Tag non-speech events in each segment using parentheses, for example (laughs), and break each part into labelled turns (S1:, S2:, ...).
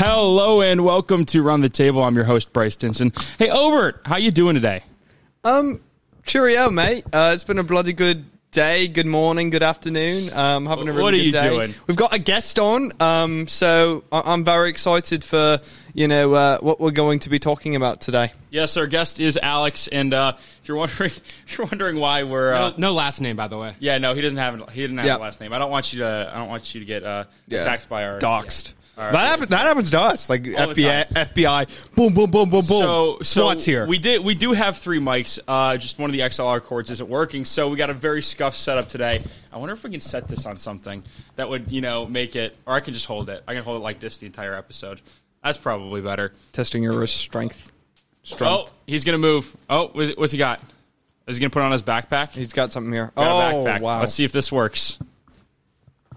S1: Hello and welcome to Round the Table. I'm your host Bryce Stinson. Hey Obert, how you doing today?
S2: Um, cheerio, mate. Uh, it's been a bloody good day. Good morning. Good afternoon. Um, having a really
S1: What are
S2: good
S1: you
S2: day.
S1: doing?
S2: We've got a guest on. Um, so I- I'm very excited for you know uh, what we're going to be talking about today.
S1: Yes, our guest is Alex, and uh, if you're wondering, (laughs) if you're wondering why we're uh,
S3: No, no last name, by the way.
S1: yeah, no, he doesn't have he didn't have
S2: Yeah.
S1: a last name. I don't want you to I don't want you to get uh,
S2: Yeah.
S1: sacked by our
S2: Doxed.
S1: All right.
S2: That happens. That happens to us. Like
S1: All the
S2: FBI, FBI. Boom, boom, boom, boom, boom.
S3: Oh,
S1: So, so
S2: SWAT's here.
S1: We did. We do have three mics. Uh, just one of the XLR cords isn't working, so we got a very scuffed setup today. I wonder if we can set this on something that would, you know, make it, or I can just hold it. I can hold it like this the entire episode. That's probably better.
S2: testing your wrist strength.
S1: Oh, he's gonna move. Oh, what's, what's he got? Is he gonna put on his backpack?
S2: He's got something here.
S1: Got a
S2: oh
S1: backpack.
S2: wow!
S1: Let's see if this works.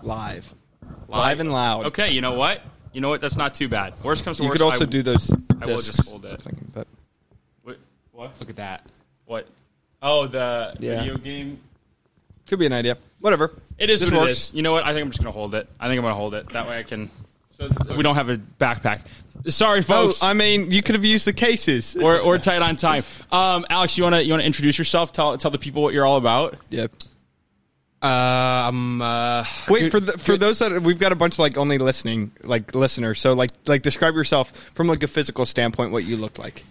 S2: Live. live, and loud.
S1: Okay, you know what? You know what? That's not too bad. Worst comes to
S2: You
S1: worst,
S2: could also
S1: I-
S2: do those.
S1: I will
S2: discs.
S1: just hold it.
S2: But
S1: Wait, What?
S3: Look at that.
S1: What? Oh, the
S2: Yeah.
S1: video game.
S2: could be an idea. Whatever.
S1: It is
S2: This
S1: what
S2: works.
S1: it is. You know what? I think I'm just gonna hold it. I think I'm gonna hold it. That way I can. we don't have a backpack. Sorry,
S2: Oh,
S1: folks.
S2: I mean, you could have used the cases.
S1: we're, we're tight on time. Um, Alex, you wanna you wanna introduce yourself? Tell tell the people what you're all about.
S2: Yep.
S3: Uh, I'm. Uh,
S2: Wait for the, for those that we've got a bunch like only listening like listeners. So like like describe yourself from like a physical standpoint what you look like.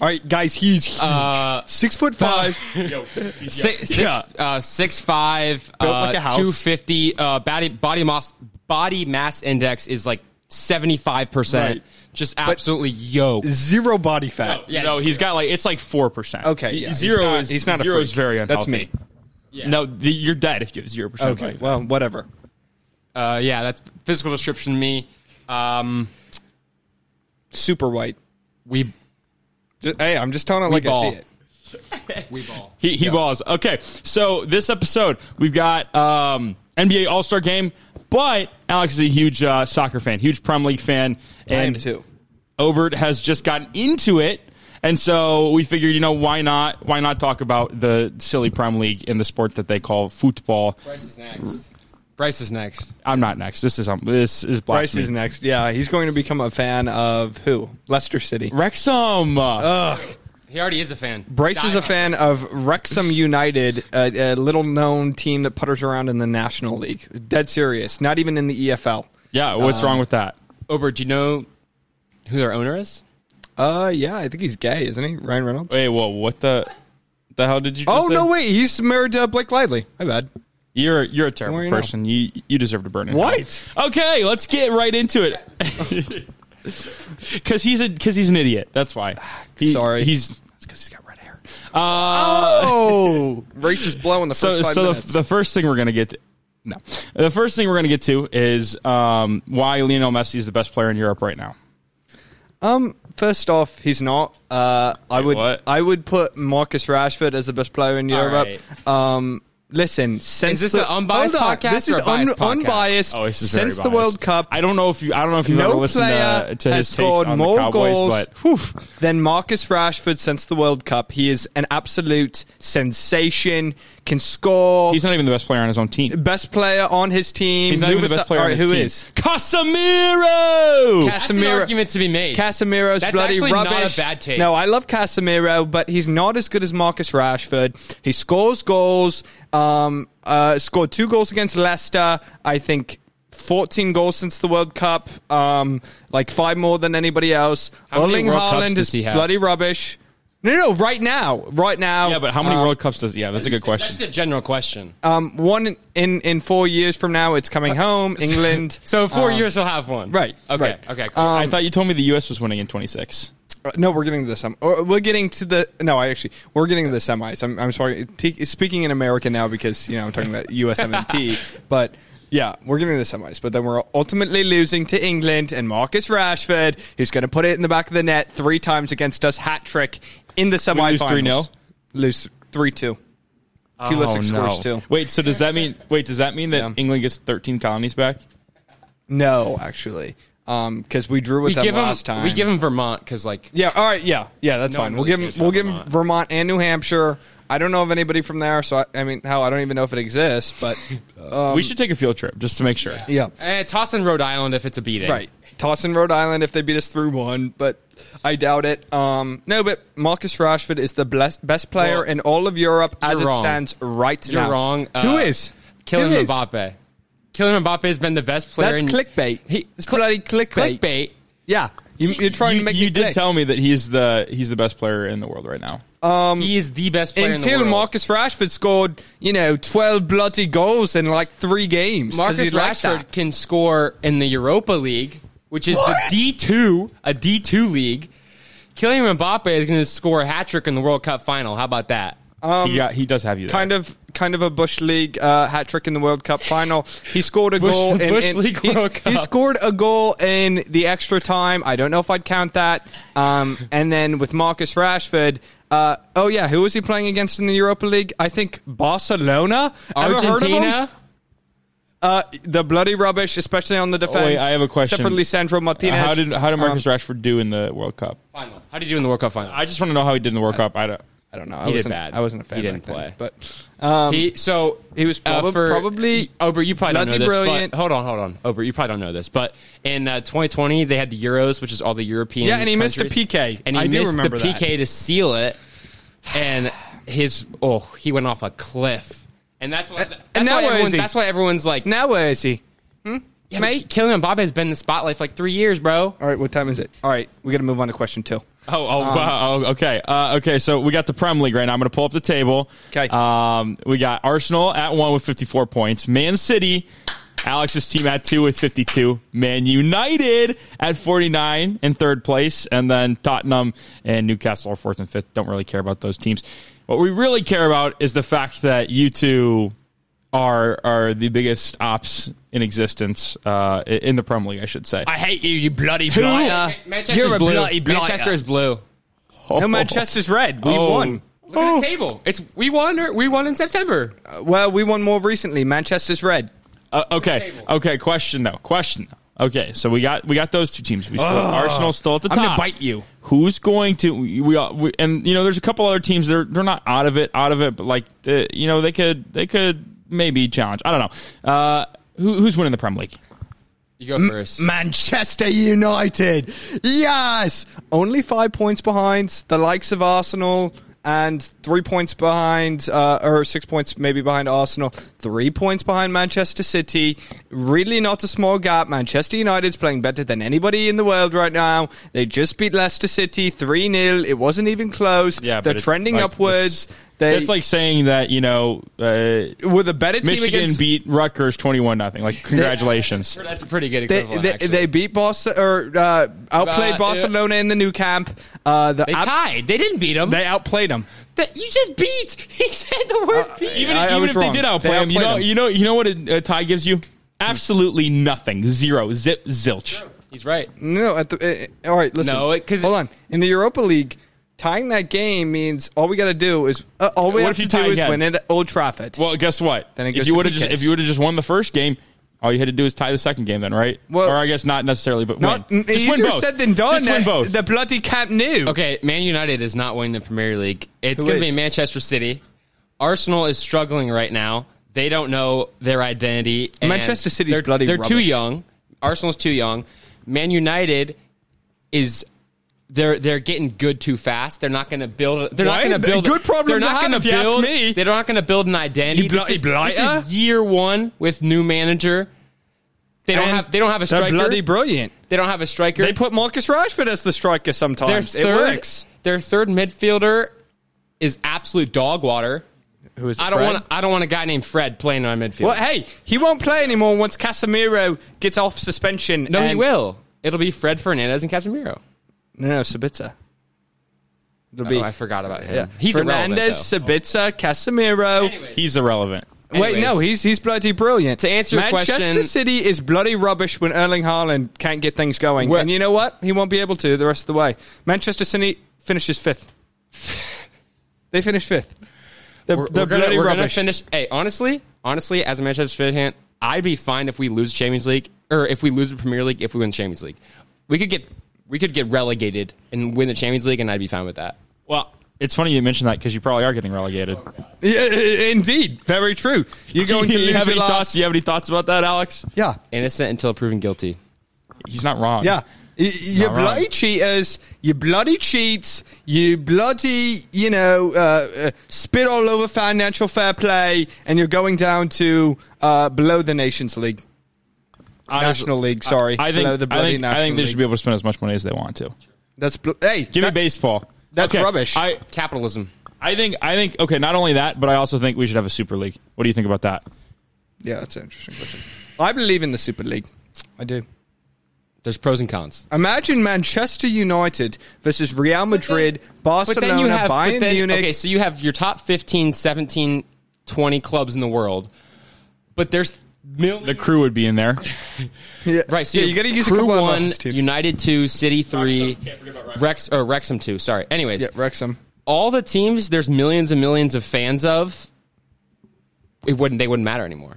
S2: All right, guys, he's huge.
S3: Uh,
S2: six foot five.
S1: (laughs) Yo,
S3: six, six,
S2: Yeah.
S3: uh, six five,
S2: Built
S3: uh,
S2: like a house.
S3: two fifty. Uh, body body mass body mass index is like seventy five
S2: Right.
S3: percent. Just absolutely yoked.
S2: Zero body fat.
S3: Oh, Yeah.
S1: No, he's got like it's like four percent.
S2: Okay, yeah. He's
S1: zero
S2: not-
S1: is
S2: he's not a
S1: zero
S2: freak.
S1: is very unhealthy.
S2: That's me.
S1: No, the, you're dead if you have zero percent.
S2: Okay, well, whatever.
S3: Uh, yeah, that's physical description. of Me. Um,
S2: Super white.
S3: we
S2: Just, hey, I'm just telling it like I
S3: ball.
S2: see it.
S3: we ball.
S1: He, he balls. Okay, so this episode we've got um, NBA All Star Game, but Alex is a huge uh, soccer fan, huge Prem League fan, and
S2: I am too.
S1: Obert has just gotten into it, and so we figured, you know, why not? Why not talk about the silly Prem League in the sport that they call football?
S3: Bryce is next. Bryce is next.
S1: I'm not next. This is um, this is
S2: Bryce
S1: blasphemy.
S2: is next. Yeah, he's going to become a fan of who? Leicester City.
S1: Wrexham.
S2: Ugh.
S3: He already is a fan.
S2: Bryce is a fan of Wrexham United, a, a little known team that putters around in the National League. Dead serious. Not even in the E EFL.
S1: yeah, what's
S2: uh,
S1: wrong with that?
S3: Ober, do you know who their owner is?
S2: Uh, yeah, I think he's gay, isn't he? Ryan Reynolds.
S1: Wait, whoa, what the the hell did you? Just
S2: oh
S1: say?
S2: no, wait, he's married to Blake Lively. My bad.
S1: You're you're a terrible
S2: worry, no.
S1: person. You you deserve to burn in
S2: What?
S1: hell. Okay, let's get right into it. (laughs) Because he's a because he's an idiot. That's why. He-
S2: Sorry.
S1: he's because he's got red hair.
S2: (laughs) Oh, racist blow in the
S1: So
S2: first five
S1: so
S2: minutes.
S1: the, the first thing we're gonna get to, no the first thing we're gonna get to is um, why Lionel Messi is the best player in Europe right now.
S2: um, first off, he's not. Uh, I would
S1: what?
S2: I would put Marcus Rashford as the best player in Europe. Um. Listen, since
S3: this
S2: the,
S3: an unbiased
S2: hold on,
S3: podcast
S2: This
S3: or
S2: is
S3: a biased podcast?
S2: unbiased.
S1: Oh, this is
S2: since
S1: very
S2: the
S1: biased.
S2: World Cup.
S1: I don't know if you I don't know if you've
S2: No
S1: ever listened to,
S2: player
S1: to
S2: has
S1: his takes
S2: scored
S1: on
S2: more
S1: the Cowboys,
S2: goals
S1: but whew,
S2: than Marcus Rashford since the World Cup. He is an absolute sensation. Can score.
S1: he's not even the best player on his own team.
S2: best player on his team.
S1: He's not even the best player on his
S2: who
S1: team.
S2: is?
S1: Casemiro?
S3: That's an
S2: Casemiro-
S3: argument to be made.
S2: Casemiro's
S3: That's
S2: bloody
S3: actually not
S2: rubbish.
S3: a bad take.
S2: No, I love Casemiro, but he's not as good as Marcus Rashford. He scores goals. Um, uh, scored two goals against Leicester. I think. 14 goals since the World Cup, um, like five more than anybody else.
S3: How many
S2: Erling
S3: World Cups
S2: Haaland
S3: does
S2: is
S3: he have?
S2: bloody rubbish. No, no, no, right now, right now.
S1: Yeah, but how many
S2: um,
S1: World Cups does? Yeah, that's a good
S3: That's
S1: question.
S3: the general question.
S2: Um, one in in four years from now, it's coming home, England.
S3: Uh, (laughs) so in four years he'll have one.
S2: Um, right,
S3: Okay.
S2: right. Um,
S3: Okay. Cool.
S1: I thought you told me the U.S. was winning in 26.
S2: Uh, No, we're getting to the semi. Or we're getting to the no. I actually we're getting to the semis. I'm, I'm sorry. T- speaking in American now because you know I'm talking about
S3: (laughs)
S2: USMNT. but yeah, we're getting to the semis. But then we're ultimately losing to England and Marcus Rashford, who's going to put it in the back of the net three times against us, hat trick in the semifinals.
S1: lose 3-0?
S2: Lose three two. Pulisic
S3: Oh,
S2: scores two.
S1: Oh, Wait, so does that mean? Wait, does that mean that
S2: Yeah.
S1: England gets 13 colonies back?
S2: No, actually. because we drew with
S3: We
S2: them
S3: give him
S2: last time.
S3: we give him Vermont because like
S2: Yeah, all right, yeah, yeah, that's
S3: No one
S2: fine. We'll
S3: really
S2: give
S3: cares
S2: him,
S3: about
S2: we'll give
S3: Vermont.
S2: him Vermont and New Hampshire. I don't know of anybody from there, so I, I mean, hell, I don't even know if it exists, but
S4: we should take a field trip just to make sure.
S2: Um, yeah,
S3: eh, toss in Rhode Island if it's a beating.
S2: right. Toss in Rhode Island if they beat us through one, but I doubt it. Um, no, but Marcus Rashford is the bless- best player
S3: Well,
S2: in all of Europe as
S3: you're
S2: it
S3: wrong.
S2: stands right
S3: You're
S2: now.
S3: wrong. Uh,
S2: Who is
S3: Kylian
S2: Who is?
S3: Mbappe? Kylian Mbappe has been the best player.
S2: That's
S3: in,
S2: clickbait.
S3: He-
S2: it's
S3: click-
S2: bloody clickbait.
S3: Clickbait.
S2: Yeah, you, you're trying
S1: you,
S2: to make
S1: you
S2: me
S1: did
S2: click.
S1: tell me that he's the he's the best player in the world right now.
S3: he is the best player in the
S2: until
S3: world.
S2: Um, Marcus Rashford scored, you know, 12 bloody goals in like three games. 'cause
S3: Marcus
S2: he's like
S3: Rashford
S2: that.
S3: can score in the Europa League, which is the D2, a D2 league. Kylian Mbappe is going to score a hat trick in the World Cup final. How about that?
S2: Um,
S1: he, got, he does have you there.
S2: Kind of, kind of a Bush League uh, hat trick in the World Cup final. He scored a goal. in,
S3: Bush
S2: in-
S3: League
S2: he's-
S3: World
S2: He
S3: Cup.
S2: scored a goal in the extra time. I don't know if I'd count that. Um, and then with Marcus Rashford, uh, oh yeah, who was he playing against in the Europa League? I think Barcelona. Ever heard of them?
S3: Argentina?
S2: Uh, the bloody rubbish, especially on the
S3: Oh,
S2: defense.
S1: wait, I have a question.
S2: Except for Lisandro Martinez.
S1: how did how did
S2: Um,
S1: Marcus Rashford do in the World Cup?
S3: Final. How did you do in the World Cup final?
S1: I just want to know how he did in the World Cup. I don't.
S2: I don't know. I
S3: He did
S2: wasn't,
S3: bad.
S2: I wasn't a fan.
S3: He didn't
S2: back then,
S3: play.
S2: but um,
S3: He, so
S2: He was
S3: uh,
S2: probab-
S3: for-
S2: probably
S3: Ober. You probably don't know
S2: bloody
S3: this.
S2: brilliant.
S3: But, hold on, hold on, Ober. You probably don't know this, but in uh, 2020 they had the Euros, which is all the European.
S2: Yeah, and he missed the
S3: countries.
S2: PK.
S3: and he
S2: I do
S3: missed
S2: remember
S3: the
S2: that.
S3: PK to seal it. And his oh, he went off a cliff, and that's why that's,
S2: and now
S3: why,
S2: where
S3: everyone,
S2: is he?
S3: that's why everyone's like,
S2: now where is he?
S3: yeah, mate, Kylian Mbappe has been in the spotlight for like three years, bro.
S2: All right, what time is it? All right, we got to move on to question two.
S1: Oh, oh,
S3: Um,
S1: wow, oh, okay, uh, okay. So we got the Prem League right now. I'm going to pull up the table.
S2: 'Kay.
S1: Um, we got Arsenal at one with 54 points. Man City, Alex's team at two with 52. Man United at 49 in third place, and then Tottenham and Newcastle are fourth and fifth. Don't really care about those teams. What we really care about is the fact that you two are are the biggest ops in existence uh, i- in the Prem League, I should say.
S3: I hate you, you bloody blighter. Manchester's
S2: Uh, You're a
S3: blue.
S2: bloody blighter.
S3: Manchester is blue.
S2: No, Manchester's red. We
S1: Oh.
S2: won.
S3: Look at the table. It's we won. Or, we won in September.
S2: Uh, Well, we won more recently. Manchester's red.
S1: Uh, okay.
S3: table.
S1: Okay. Question though. Question. Okay. So we got we got those two teams. We still, Arsenal still at the
S2: I'm
S1: top.
S2: gonna bite you.
S1: Who's going to we, all we and you know there's a couple other teams they're they're not out of it out of it but like the, you know they could they could maybe challenge. I don't know. Uh, who, who's winning the Prem League?
S3: You go first.
S2: Manchester United. Yes. Only five points behind the likes of Arsenal and three points behind, uh, or six points maybe behind Arsenal. Three points behind Manchester City. Really not a small gap. Manchester United's playing better than anybody in the world right now. They just beat Leicester City 3 0. It wasn't even close.
S1: Yeah, but
S2: They're
S1: it's
S2: trending
S1: like-
S2: upwards. They
S1: That's like saying that you know uh,
S2: with a better team
S1: Michigan
S2: against
S1: beat Rutgers twenty one nothing. Like congratulations.
S3: That's a pretty good
S2: They,
S3: equivalent.
S2: they,
S3: actually.
S2: they beat Bos or uh, outplayed
S3: Uh,
S2: Barcelona in the new camp. Uh, the
S3: They
S2: ab-
S3: tied. They didn't beat him.
S2: they outplayed them.
S3: That- you just beat. (laughs) He said the word beat.
S1: even
S2: I- I
S1: even
S2: was
S1: if
S2: wrong.
S1: they Hmm. did
S2: They
S1: outplay him, you
S2: outplayed
S1: know,
S2: him.
S1: you know, you know what a, a tie gives you? Absolutely nothing. Zero. Zip. Zilch.
S3: He's right.
S2: No, at the, uh, all right. Listen,
S3: No, it- 'cause it-
S2: hold on. In the Europa League, tying that game means all we got to do is uh, all we
S1: What
S2: have
S1: if you
S2: to
S1: tie
S2: do is
S1: again?
S2: win it at Old Trafford.
S1: Well, guess what?
S2: Then it
S1: if
S2: goes
S1: you
S2: to
S1: would have just
S2: PKs.
S1: if you would have just won the first game, all you had to do is tie the second game, then right?
S2: Well-
S1: or I guess not necessarily, but
S2: not
S1: win. Just
S2: easier
S1: win both.
S2: said than done.
S1: Just win
S2: That-
S1: both.
S2: The bloody Camp New.
S3: Okay, Man United is not winning the Premier League. It's
S2: Who
S3: going to be
S2: is?
S3: Manchester City. Arsenal is struggling right now. They don't know their identity. and
S2: Manchester City's
S3: they're,
S2: bloody
S3: They're too
S2: rubbish.
S3: young. Arsenal's too young. Man United is. They're they're getting good too fast. They're not going to build. They're
S2: Why?
S3: not going to build.
S2: Good problem
S3: They're
S2: to
S3: not
S2: have,
S3: gonna
S2: if you ask
S3: build.
S2: me.
S3: They're not going to build an identity.
S2: You blo-
S3: this, is,
S2: you
S3: this
S2: blighter.
S3: is year one with new manager. They don't
S2: And
S3: have. They don't have a
S2: They're
S3: striker.
S2: bloody brilliant.
S3: They don't have a striker.
S2: They put Marcus Rashford as the striker
S3: their
S2: sometimes.
S3: third,
S2: It works.
S3: Their third midfielder is absolute dog water.
S2: Who is it,
S3: I don't
S2: Fred?
S3: want. I don't want a guy named Fred playing on midfield.
S2: Well, hey, he won't play anymore once Casemiro gets off suspension.
S3: no, he
S2: and-
S3: will. It'll be Fred Fernandez and Casemiro.
S2: No, no, Sabitzer. It'll
S3: Oh, I forgot about him. He's
S2: Fernandez,
S3: irrelevant,
S2: Sabitzer, Casemiro.
S3: though.
S1: He's irrelevant.
S2: Wait, no,
S3: Anyways.
S2: he's he's bloody brilliant.
S3: To answer your
S2: Manchester
S3: question-
S2: City is bloody rubbish when Erling Haaland can't get things going,
S1: Where-
S2: and you know what? He won't be able to the rest of the way. Manchester City finishes
S3: (laughs)
S2: fifth. they finish fifth. They're,
S3: We're,
S2: they're
S3: we're gonna,
S2: bloody
S3: we're gonna
S2: rubbish.
S3: finish. Hey, honestly, honestly, as a Manchester City fan, I'd be fine if we lose Champions League or if we lose the Premier League, if we win the Champions League, we could get we could get relegated and win the Champions League, and I'd be fine with that.
S1: Well, it's funny you mentioned that because you probably are getting relegated.
S2: Yeah, i- i- indeed, very true. You're (laughs) going
S3: (laughs)
S2: to
S1: you
S2: lose
S1: have
S2: your
S1: any thoughts?
S2: last.
S1: Do you have any thoughts about that, Alex?
S2: Yeah,
S3: Innocent until proven guilty.
S1: He's not wrong.
S2: yeah. Y- You
S1: Not wrong.
S2: bloody cheaters! You bloody cheats! You bloody, you know, uh, uh, spit all over financial fair play, and you're going down to uh, below the Nations League,
S1: Honestly,
S2: National League. Sorry,
S1: I think,
S2: below the
S1: I
S2: bloody
S1: think, I
S2: National
S1: think they
S2: League.
S1: should be able to spend as much money as they want to.
S2: That's bl- hey,
S1: Give
S2: that-
S1: me baseball.
S2: that's
S1: Okay,
S2: rubbish.
S1: I,
S3: Capitalism.
S1: I think I think okay. Not only that, but I also think we should have a super league. What do you think about that?
S2: Yeah, that's an interesting question. I believe in the Super League. I do.
S3: There's pros and cons.
S2: Imagine Manchester United versus Real Madrid, Barcelona, Bayern
S3: then-
S2: Munich.
S3: Okay, so you have your top 15, 17, 20 clubs in the world, but there's millions.
S1: The crew would be in there.
S2: Yeah.
S3: Right, so
S2: yeah,
S3: you
S2: you got to use a
S3: Crew
S2: couple of
S3: one,
S2: those teams.
S3: United two, City three,
S4: Can't forget about Wrexham.
S3: Rex or Wrexham two. Sorry. Anyways,
S2: yeah, Wrexham.
S3: all the teams there's millions and millions of fans of. It wouldn't. They wouldn't matter anymore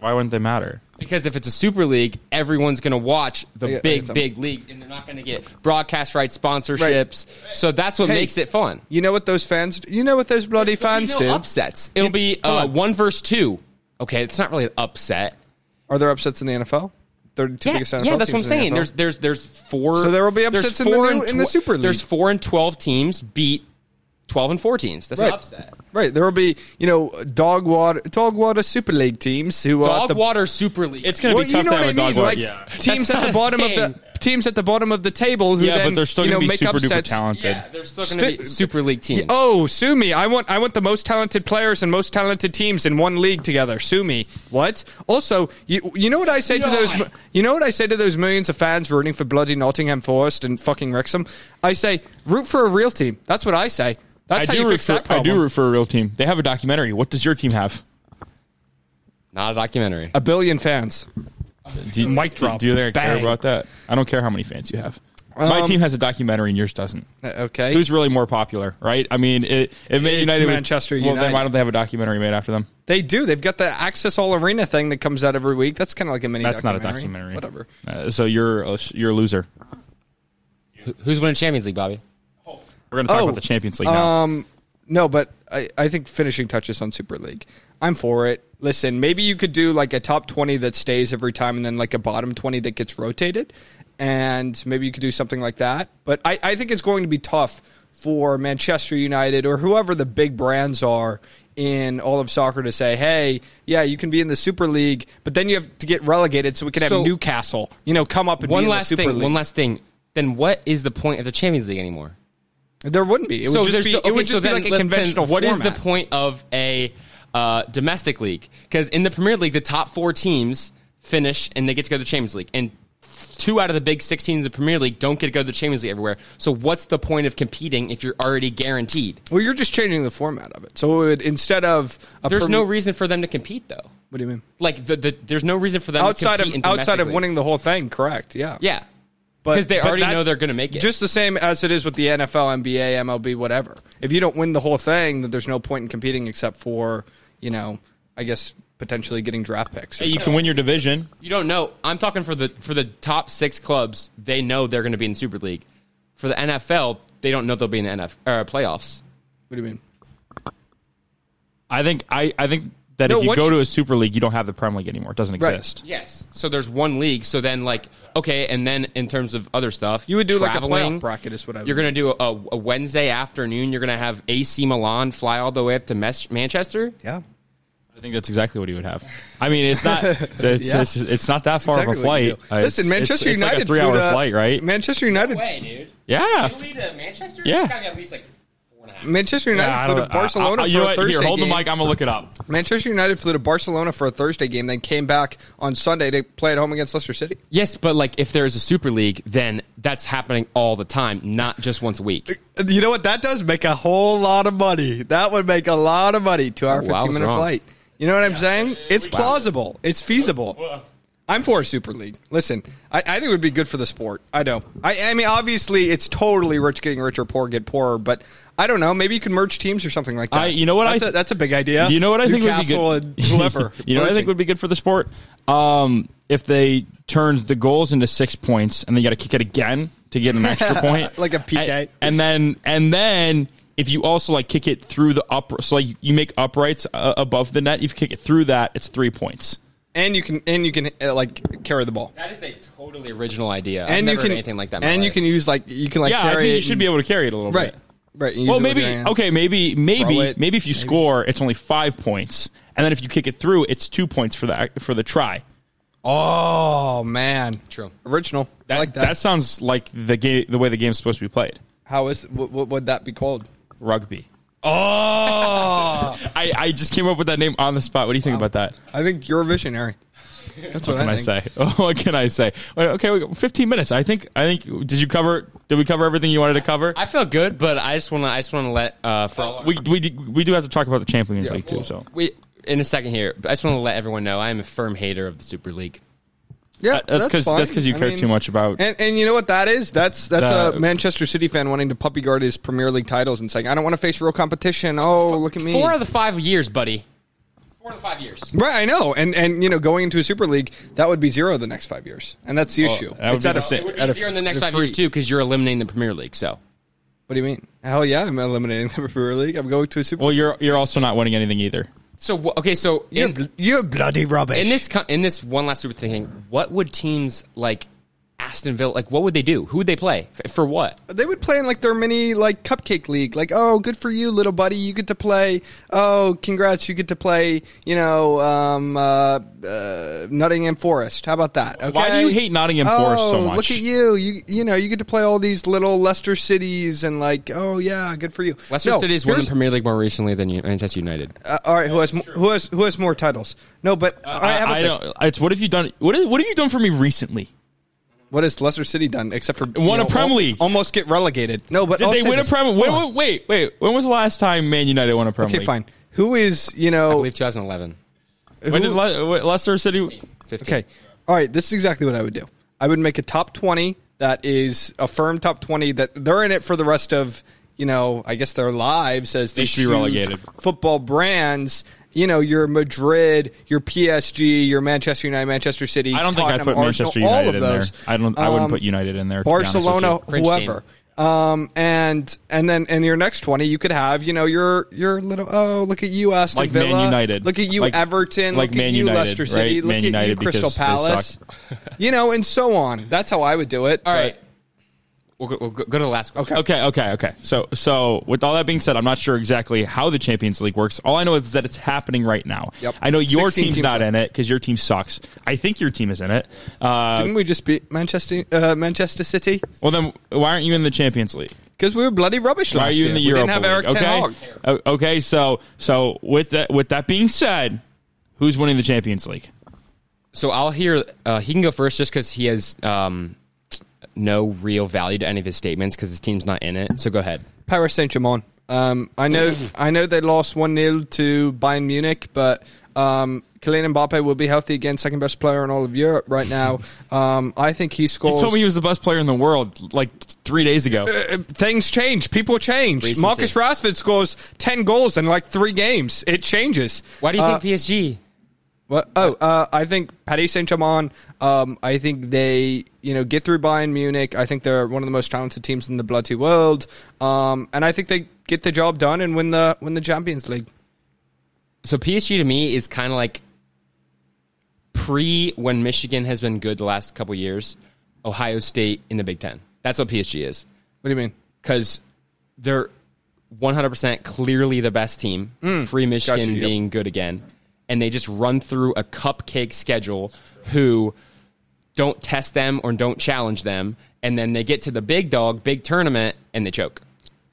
S1: Why wouldn't they matter?
S3: because if it's a super league, everyone's going to watch the
S2: Yeah,
S3: big,
S2: it's a-
S3: big leagues, and they're not going to get broadcast rights, sponsorships. So that's what
S2: Hey.
S3: makes it fun.
S2: You know what those fans? You know what those bloody fans
S3: No
S2: do?
S3: upsets. It'll be
S2: hold
S3: uh,
S2: on.
S3: one versus two. Okay, it's not really an upset.
S2: Are there upsets in the NFL? Thirty-two
S3: Yeah,
S2: biggest NFL
S3: yeah, that's what I'm
S2: teams in the
S3: saying.
S2: NFL.
S3: There's there's there's four.
S2: So there will be
S3: there's
S2: upsets in the
S3: four
S2: new-
S3: and
S2: in the
S3: twe-
S2: Super League.
S3: There's four and twelve teams beat twelve and four teams. That's
S2: right.
S3: an upset.
S2: Right, there will be you know dog water, dog water Super League teams who are at
S3: Dog
S2: the
S3: water Super League.
S1: It's gonna
S2: Well,
S1: be tough
S2: you know
S1: to have
S2: what
S1: a
S2: I mean.
S1: dog.
S2: like
S1: walk. yeah.
S2: teams
S3: That's
S2: at the
S3: not a
S2: bottom of the teams at the bottom of the table who
S1: yeah,
S2: then
S1: but they're still
S2: you
S1: going
S2: know
S1: to be
S2: make
S1: super duper
S2: upsets.
S1: talented.
S3: yeah, they're still going to
S2: Stu-
S3: be Super League teams.
S2: Oh, sue me. I want I want the most talented players and most talented teams in one league together. Sue me. What? Also, you you know what I say to those you know what I say to those millions of fans rooting for bloody Nottingham Forest and fucking Wrexham? I say root for a real team. That's what I say. That's
S1: I
S2: how
S1: do
S2: you
S1: root
S2: fix
S1: for
S2: that
S1: I
S2: problem.
S1: do root for a real team. They have a documentary. What does your team have?
S3: Not a documentary.
S2: a billion fans.
S1: Do you,
S2: Mic drop.
S1: Do they care
S2: Bang.
S1: about that? I don't care how many fans you have. My
S2: Um,
S1: team has a documentary and yours doesn't.
S2: Uh, Okay.
S1: Who's really more popular, right? I mean, it, it may
S2: It's
S1: United would-
S2: Manchester
S1: Well, then
S2: United.
S1: why don't they have a documentary made after them?
S2: they do. They've got the Access All Arena thing that comes out every week. That's kind of like a mini
S1: That's not a
S2: documentary.
S1: documentary.
S2: Whatever.
S1: Uh, so you're a, you're a loser.
S3: Who- Who's winning Champions League, Bobby?
S1: We're going to talk
S2: Oh,
S1: about the Champions League now.
S2: Um, no, but I, I think finishing touches on Super League. I'm for it. Listen, maybe you could do like a top 20 that stays every time and then like a bottom 20 that gets rotated. And maybe you could do something like that. But I, I think it's going to be tough for Manchester United or whoever the big brands are in all of soccer to say, hey, yeah, you can be in the Super League, but then you have to get relegated so we can have
S3: So-
S2: Newcastle, you know, come up and be
S3: One
S2: in
S3: last
S2: the Super
S3: thing.
S2: League.
S3: One last thing. Then what is the point of the Champions League ananymore?
S2: there wouldn't be. It would just
S3: there's
S2: be,
S3: so-
S2: it
S3: okay,
S2: would
S3: so
S2: just be
S3: then
S2: like a
S3: let- then
S2: conventional
S3: What is
S2: format.
S3: the point of a uh, domestic league? Because in the Premier League, the top four teams finish and they get to go to the Champions League, and two out of the big six teams in the Premier League don't get to go to the Champions League everywhere. So what's the point of competing if you're already guaranteed?
S2: Well, you're just changing the format of it. So it would, instead of a
S3: There's
S2: perm-
S3: no reason for them to compete though.
S2: What do you mean?
S3: Like the, the there's no reason for them
S2: Outside
S3: to
S2: of
S3: compete in domestic
S2: outside of
S3: league.
S2: winning the whole thing, correct? Yeah,
S3: Yeah,
S2: But-
S3: because they
S2: but
S3: already
S2: that's
S3: know they're going to make it.
S2: Just the same as it is with the NFL, NBA, MLB, whatever. If you don't win the whole thing, then there's no point in competing except for you know, I guess potentially getting draft picks.
S1: Hey, you can win your division.
S3: You don't know. I'm talking for the for the top six clubs. They know they're going to be in Super League. For the NFL, they don't know they'll be in the NFL uh, playoffs.
S2: What do you mean?
S1: I think I, I think that
S2: No,
S1: if you
S2: once
S1: go
S2: you-
S1: to a Super League, you don't have the Prem League anymore. It doesn't
S2: Right.
S1: exist.
S3: Yes. So there's one league. So then, like, okay, and then in terms of other stuff,
S2: You would do like a
S3: traveling,
S2: playoff bracket, is what I. Would
S3: You're going to do a, a Wednesday afternoon. You're going to have AC Milan fly all the way up to Mes- Manchester.
S2: yeah.
S1: I think that's exactly what he would have. I mean, it's
S2: (laughs)
S1: not it's, it's,
S2: Yeah.
S1: it's, it's not that far
S2: Exactly
S1: of a
S2: what you
S1: flight.
S2: do.
S1: Uh,
S2: Listen,
S1: it's-
S2: Manchester
S1: it's, it's
S2: United
S1: like a three
S2: flew
S1: hour
S2: to-
S1: flight, right?
S2: Manchester United.
S3: dude.
S1: yeah.
S3: to Manchester?
S1: Yeah. It's gotta
S3: be at least like four and a half.
S2: Manchester United
S1: I
S2: flew
S1: don't-
S2: to Barcelona
S1: I- I- you know
S2: for a
S1: what?
S2: Thursday
S1: Here, hold
S2: game.
S1: the mic. I'm gonna look it up.
S2: (laughs) Manchester United flew to Barcelona for a Thursday game, then came back on Sunday to play at home against Leicester City.
S3: Yes, but like if there is a Super League, then that's happening all the time, not just once a week.
S2: You know what that does? Make a whole lot of money. That would make a
S1: Oh,
S2: lot of money. Two hour,
S3: wow, I
S2: fifteen
S3: was
S2: minute
S3: wrong.
S2: flight. You know what I'm saying? It's plausible. It's feasible. I'm for a super league. Listen, I, I think it would be good for the sport. I know. I, I mean, obviously, it's totally rich getting richer, poor get poorer. But I don't know. Maybe you can merge teams or something like that.
S1: I- you know what I
S2: That's,
S1: th-
S2: a, that's a big idea.
S1: You know what I think would be
S2: Newcastle
S1: (laughs) good?
S2: and whoever.
S1: you know what I think would be good for the sport? Um, if they turned the goals into six points and then you got to kick it again to get an
S2: (laughs)
S1: extra point,
S2: Like a PK.
S1: and, and then and then if you also like kick it through the up, so like you make uprights uh, above the net, if you kick it through that, it's three points.
S2: and you can and you can uh, like carry the ball.
S3: That is a totally original idea. I've
S2: and
S3: never
S2: you can
S3: heard anything like that. in my
S2: And you
S3: life.
S2: can use like you can like
S1: yeah, I
S2: carry
S1: think
S2: it
S1: you should
S2: and-
S1: be able to carry it a little
S2: right
S1: bit.
S2: right. and use
S1: Well,
S2: it with
S1: maybe
S2: your hands.
S1: okay, maybe
S2: Throw
S1: maybe
S2: it.
S1: maybe if you score, it's only five points, and then if you kick it through, it's two points for that for the try.
S2: Oh man,
S3: True.
S2: original. I like that.
S1: that sounds like the game, the way the game's supposed to be played.
S2: How is what, what would that be called?
S1: Rugby.
S2: (laughs) Oh,
S1: I, I just came up with that name on the spot. What do you think about that?
S2: I think you're a visionary. That's what,
S1: What can I,
S2: think.
S1: say? (laughs) what can I say? Wait, Okay, we got 15 minutes. I think I think did you cover did we cover everything you wanted to cover?
S3: I feel good, but I just want to. I just want to let uh, for all-
S1: we, we do- we do have to talk about the Champions League too, so.
S3: we in a second here. but I just want to let everyone know I am a firm hater of the Super League.
S2: Yeah,
S1: That's because
S2: fine.
S1: that's because you
S2: I
S1: care
S2: mean-
S1: too much about
S2: And, and you know what that is? That's that's
S1: The-
S2: a Manchester City fan wanting to puppy guard his Premier League titles and saying, "I don't want to face real competition." Oh, look at me!
S3: Four of the five years, buddy. Four of the five years.
S2: right, I know. And and you know, going into a Super League, that would be zero the next five years, and that's the issue.
S1: that would
S2: It's
S1: be
S2: at
S1: the
S2: a-
S1: same. It
S3: It would
S2: at
S3: be
S2: a-
S3: zero in the next
S2: at a
S3: five years
S2: free-
S3: too, because you're eliminating the Premier League. So
S2: What do you mean? Hell yeah, I'm eliminating the Premier League. I'm going to a Super.
S1: Well, you're you're also not winning anything either.
S3: so wh- okay, so
S2: you're,
S3: in,
S2: bl- you're bloody rubbish.
S3: in this co- in this one last super thinking, what would teams like Aston Villa like? What would they do? Who would they play F- for? What?
S2: They would play in like their mini like cupcake league. Like, oh, good for you, little buddy. You get to play. Oh, congrats, you get to play. You know, um, uh, uh, Nottingham Forest. How about that? Okay?
S1: Why do you hate Nottingham Forest so
S2: Oh,
S1: much?
S2: Look at you. You you know you get to play all these little Leicester cities and like, oh yeah, good for you.
S3: Leicester
S2: No,
S3: City's won the
S2: here's-
S3: Premier League more recently than U- Manchester United.
S2: uh, all right, who has mo- who has who has more titles? No, but all right, how
S1: Uh,
S2: about
S1: I, I
S2: this?
S1: don't. It's what have you done? What is, what have you done for me recently?
S2: What has Leicester City done except for
S1: Won a Prem
S2: al-
S1: League.
S2: Almost get relegated. No, but
S1: Did
S2: I'll
S1: they
S2: say
S1: win
S2: this.
S1: a Premier? Wait,
S2: Hold on.
S1: wait, wait, wait. When was the last time Man United won a Premier
S2: Okay,
S1: League?
S2: fine. Who is you
S3: I
S2: know?
S3: believe 2011.
S1: When did
S2: who-
S1: Le- what- Leicester City?
S3: 15.
S2: Okay. All right. This is exactly what I would do. I would make a top 20 that is a firm top 20 that they're in it for the rest of, you know, I guess their lives as these
S1: should be
S2: huge
S1: relegated.
S2: football brands. You know, your Madrid, your PSG, your Manchester United, Manchester City.
S1: I don't think I
S2: Tottenham,
S1: put Manchester
S2: Arsenal,
S1: United in
S2: all of
S1: there.
S2: those.
S1: I don't. I wouldn't
S2: Um,
S1: put United in there. to be honest with
S2: Barcelona,
S1: you.
S3: French team.
S2: whoever. Um and and then in your next twenty you could have you know your your little oh look at you Aston
S1: Like Man
S2: Villa
S1: United.
S2: look at you
S1: Like-
S2: Everton
S1: like
S2: look
S1: Man
S2: at you
S1: United,
S2: Leicester City
S1: right?
S2: look
S1: Man
S2: at you
S1: United
S2: Crystal
S1: because they
S2: Palace (laughs) you know and so on that's how I would do it
S3: All right. We'll go, we'll go go to the last question.
S2: Okay.
S1: Okay, okay, okay. So, so with all that being said, I'm not sure exactly how the Champions League works. All I know is that it's happening right now.
S2: Yep.
S1: I know your
S2: 16
S1: team's
S2: teams
S1: not
S2: left.
S1: in it because your team sucks. I think your team is in it. Uh,
S2: didn't we just beat Manchester uh, Manchester City
S1: well, then why aren't you in the Champions League?
S2: because we were bloody rubbish
S1: Why are
S2: last
S1: you
S2: year
S1: in the
S2: we
S1: Europa
S2: didn't have Eric
S1: League?
S2: Ten Hag
S1: okay. O- Okay. So, so with that, with that being said, who's winning the Champions League?
S3: So I'll hear. Uh, he can go first, just because he has um, no real value to any of his statements because his team's not in it. So go ahead.
S2: Paris Saint Germain. Um, I
S1: (laughs)
S2: know, I know they lost one 0 to Bayern Munich, but um, Kylian Mbappe will be healthy again, second best player in all of Europe right now. Um, I think he
S1: You
S2: scores.
S1: told me he was the best player in the world like three days
S2: Uh,
S1: ago.
S2: Things change, people change.
S3: Recency.
S2: Marcus Rashford scores ten goals in like three games. It changes.
S3: Why do you
S2: Uh,
S3: think PSG?
S2: Well, oh, uh, I think Paris Saint Germain. Um, I think they, you know, get through Bayern Munich. I think they're one of the most talented teams in the bloody world, um, and I think they get the job done and win the win the Champions League.
S3: So PSG to me is kind of like pre when Michigan has been good the last couple years. Ohio State in the Big Ten. That's what PSG is
S2: What do you mean?
S3: because they're 100 percent clearly the best team. Pre Michigan
S2: Mm. Gotcha, yep.
S3: being good again, and they just run through a cupcake schedule. Who don't test them or don't challenge them, and then they get to the big dog, big tournament, and they choke.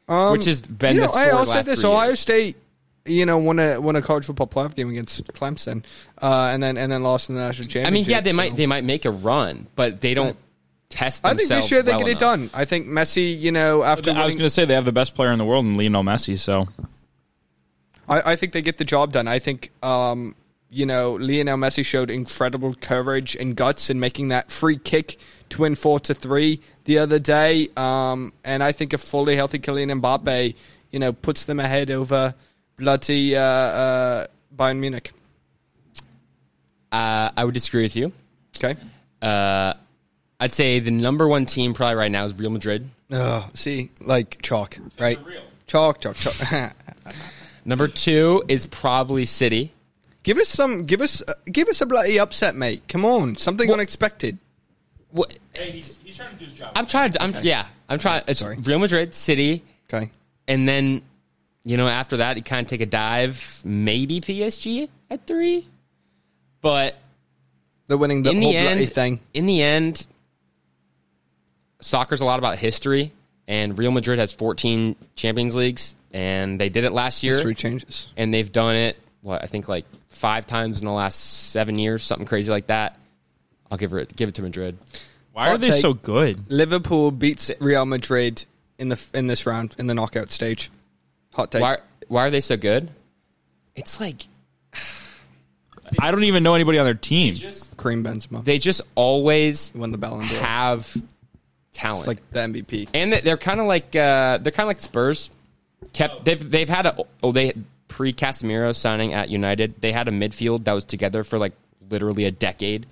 S3: Which has been
S2: Um, you know,
S3: the story
S2: I
S3: of the
S2: also
S3: last
S2: said this.
S3: three
S2: Ohio
S3: years.
S2: State, you know, won a won a college football playoff game against Clemson, uh, and then and then lost in the national
S3: I
S2: championship.
S3: mean, yeah, they
S2: so-
S3: might they might make a run, but they don't test
S2: I think
S3: themselves.
S2: this year they
S3: well
S2: get it
S3: enough.
S2: done. I think Messi, you know, after
S1: I was
S2: winning-
S1: going to say they have the best player in the world in Lionel Messi. So
S2: I, I think they get the job done. I think um, you know, Lionel Messi showed incredible courage and guts in making that free kick to win four to three the other day. Um, and I think a fully healthy Kylian Mbappe, you know, puts them ahead over bloody uh, uh, Bayern Munich.
S3: Uh, I would disagree with you.
S2: Okay.
S3: I'd say the number one team probably right now is Real Madrid.
S2: Oh, see, like chalk, right?
S4: real.
S2: Chalk, chalk, chalk. (laughs)
S3: Number two is probably City.
S2: give us some, give us, uh, give us a bloody upset, mate. Come on, something unexpected.
S3: What?
S4: Hey, he's, he's trying to do his job.
S3: I'm trying. To, I'm yeah. I'm trying. It's
S2: Sorry.
S3: Real Madrid, City,
S2: Okay.
S3: and then you know after that you kind of take a dive. Maybe PSG at three, but
S2: They're winning the
S3: in
S2: whole
S3: the
S2: bloody
S3: end,
S2: thing.
S3: in the end, soccer's a lot about history, and Real Madrid has 14 Champions Leagues, and they did it last year,
S2: History changes.
S3: and they've done it what I think like five times in the last seven years, something crazy like that. I'll give her give it to Madrid.
S1: Why are
S2: I'll
S1: they
S2: take-
S1: so good?
S2: Liverpool beats Real Madrid in the in this round in the knockout stage. Hot take.
S3: Why why are they so good? It's like
S1: I don't even know anybody on their team.
S2: Karim Benzema
S3: they just always
S2: won the Ballon d'Or.
S3: have talent.
S2: It's like the MVP.
S3: and they- they're kind of like uh, they're kind of like Spurs. Kept they've they've had a oh they pre Casemiro signing at United they had a midfield that was together for like literally a decade.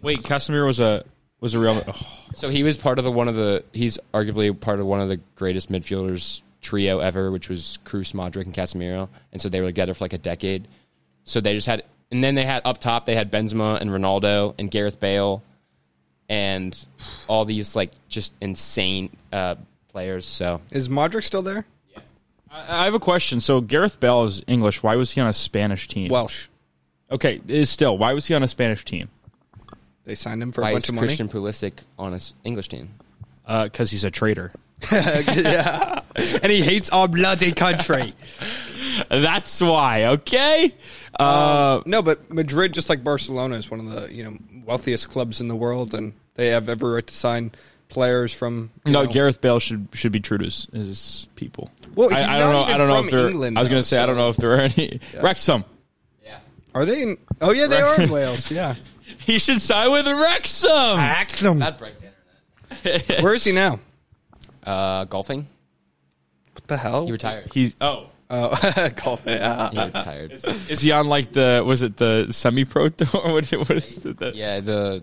S1: Wait, Casemiro was a was a real. oh.
S3: So he was part of the one of the he's arguably part of one of the greatest midfielders trio ever, which was Cruz, Modric, and Casemiro. And so they were together for like a decade. So they just had and then they had up top they had Benzema and Ronaldo and Gareth Bale and all these like just insane uh, players. So
S2: Is Modric still there?
S1: I I have a question. So Gareth Bale is English. Why was he on a Spanish team?
S2: Welsh.
S1: okay, is still. Why was he on a Spanish team?
S2: They signed him for
S3: why
S2: a
S3: is
S2: bunch of money.
S3: Christian Pulisic on his English team?
S4: Uh,
S1: Because he's a traitor.
S2: (laughs) yeah. And he hates our bloody
S3: (laughs)
S2: country.
S1: That's why. Okay. Uh,
S2: no, but Madrid, just like Barcelona, is one of the you know wealthiest clubs in the world, and they have every right to sign players from. you
S1: no,
S2: know-
S1: Gareth Bale should should be true to his, his people.
S2: Well,
S1: I,
S2: he's
S1: I don't
S2: not
S1: know.
S2: even
S1: I don't know
S2: from
S1: if there.
S2: England,
S1: I was
S2: though,
S1: going to say I don't
S2: so-
S1: know if there are
S2: (laughs)
S1: any. Wrexham.
S2: Are they? in Oh yeah, they are in Wales. Yeah.
S3: (laughs)
S1: He should sign with Wrexham.
S2: Axum.
S3: break the internet.
S2: Where is he now?
S3: Uh, golfing.
S2: What the hell?
S3: He retired.
S1: He's oh.
S2: Oh, (laughs) golf. Yeah.
S3: He retired.
S1: Is he on like the was it the semi pro (laughs) tour? what, what is it? The,
S3: Yeah, the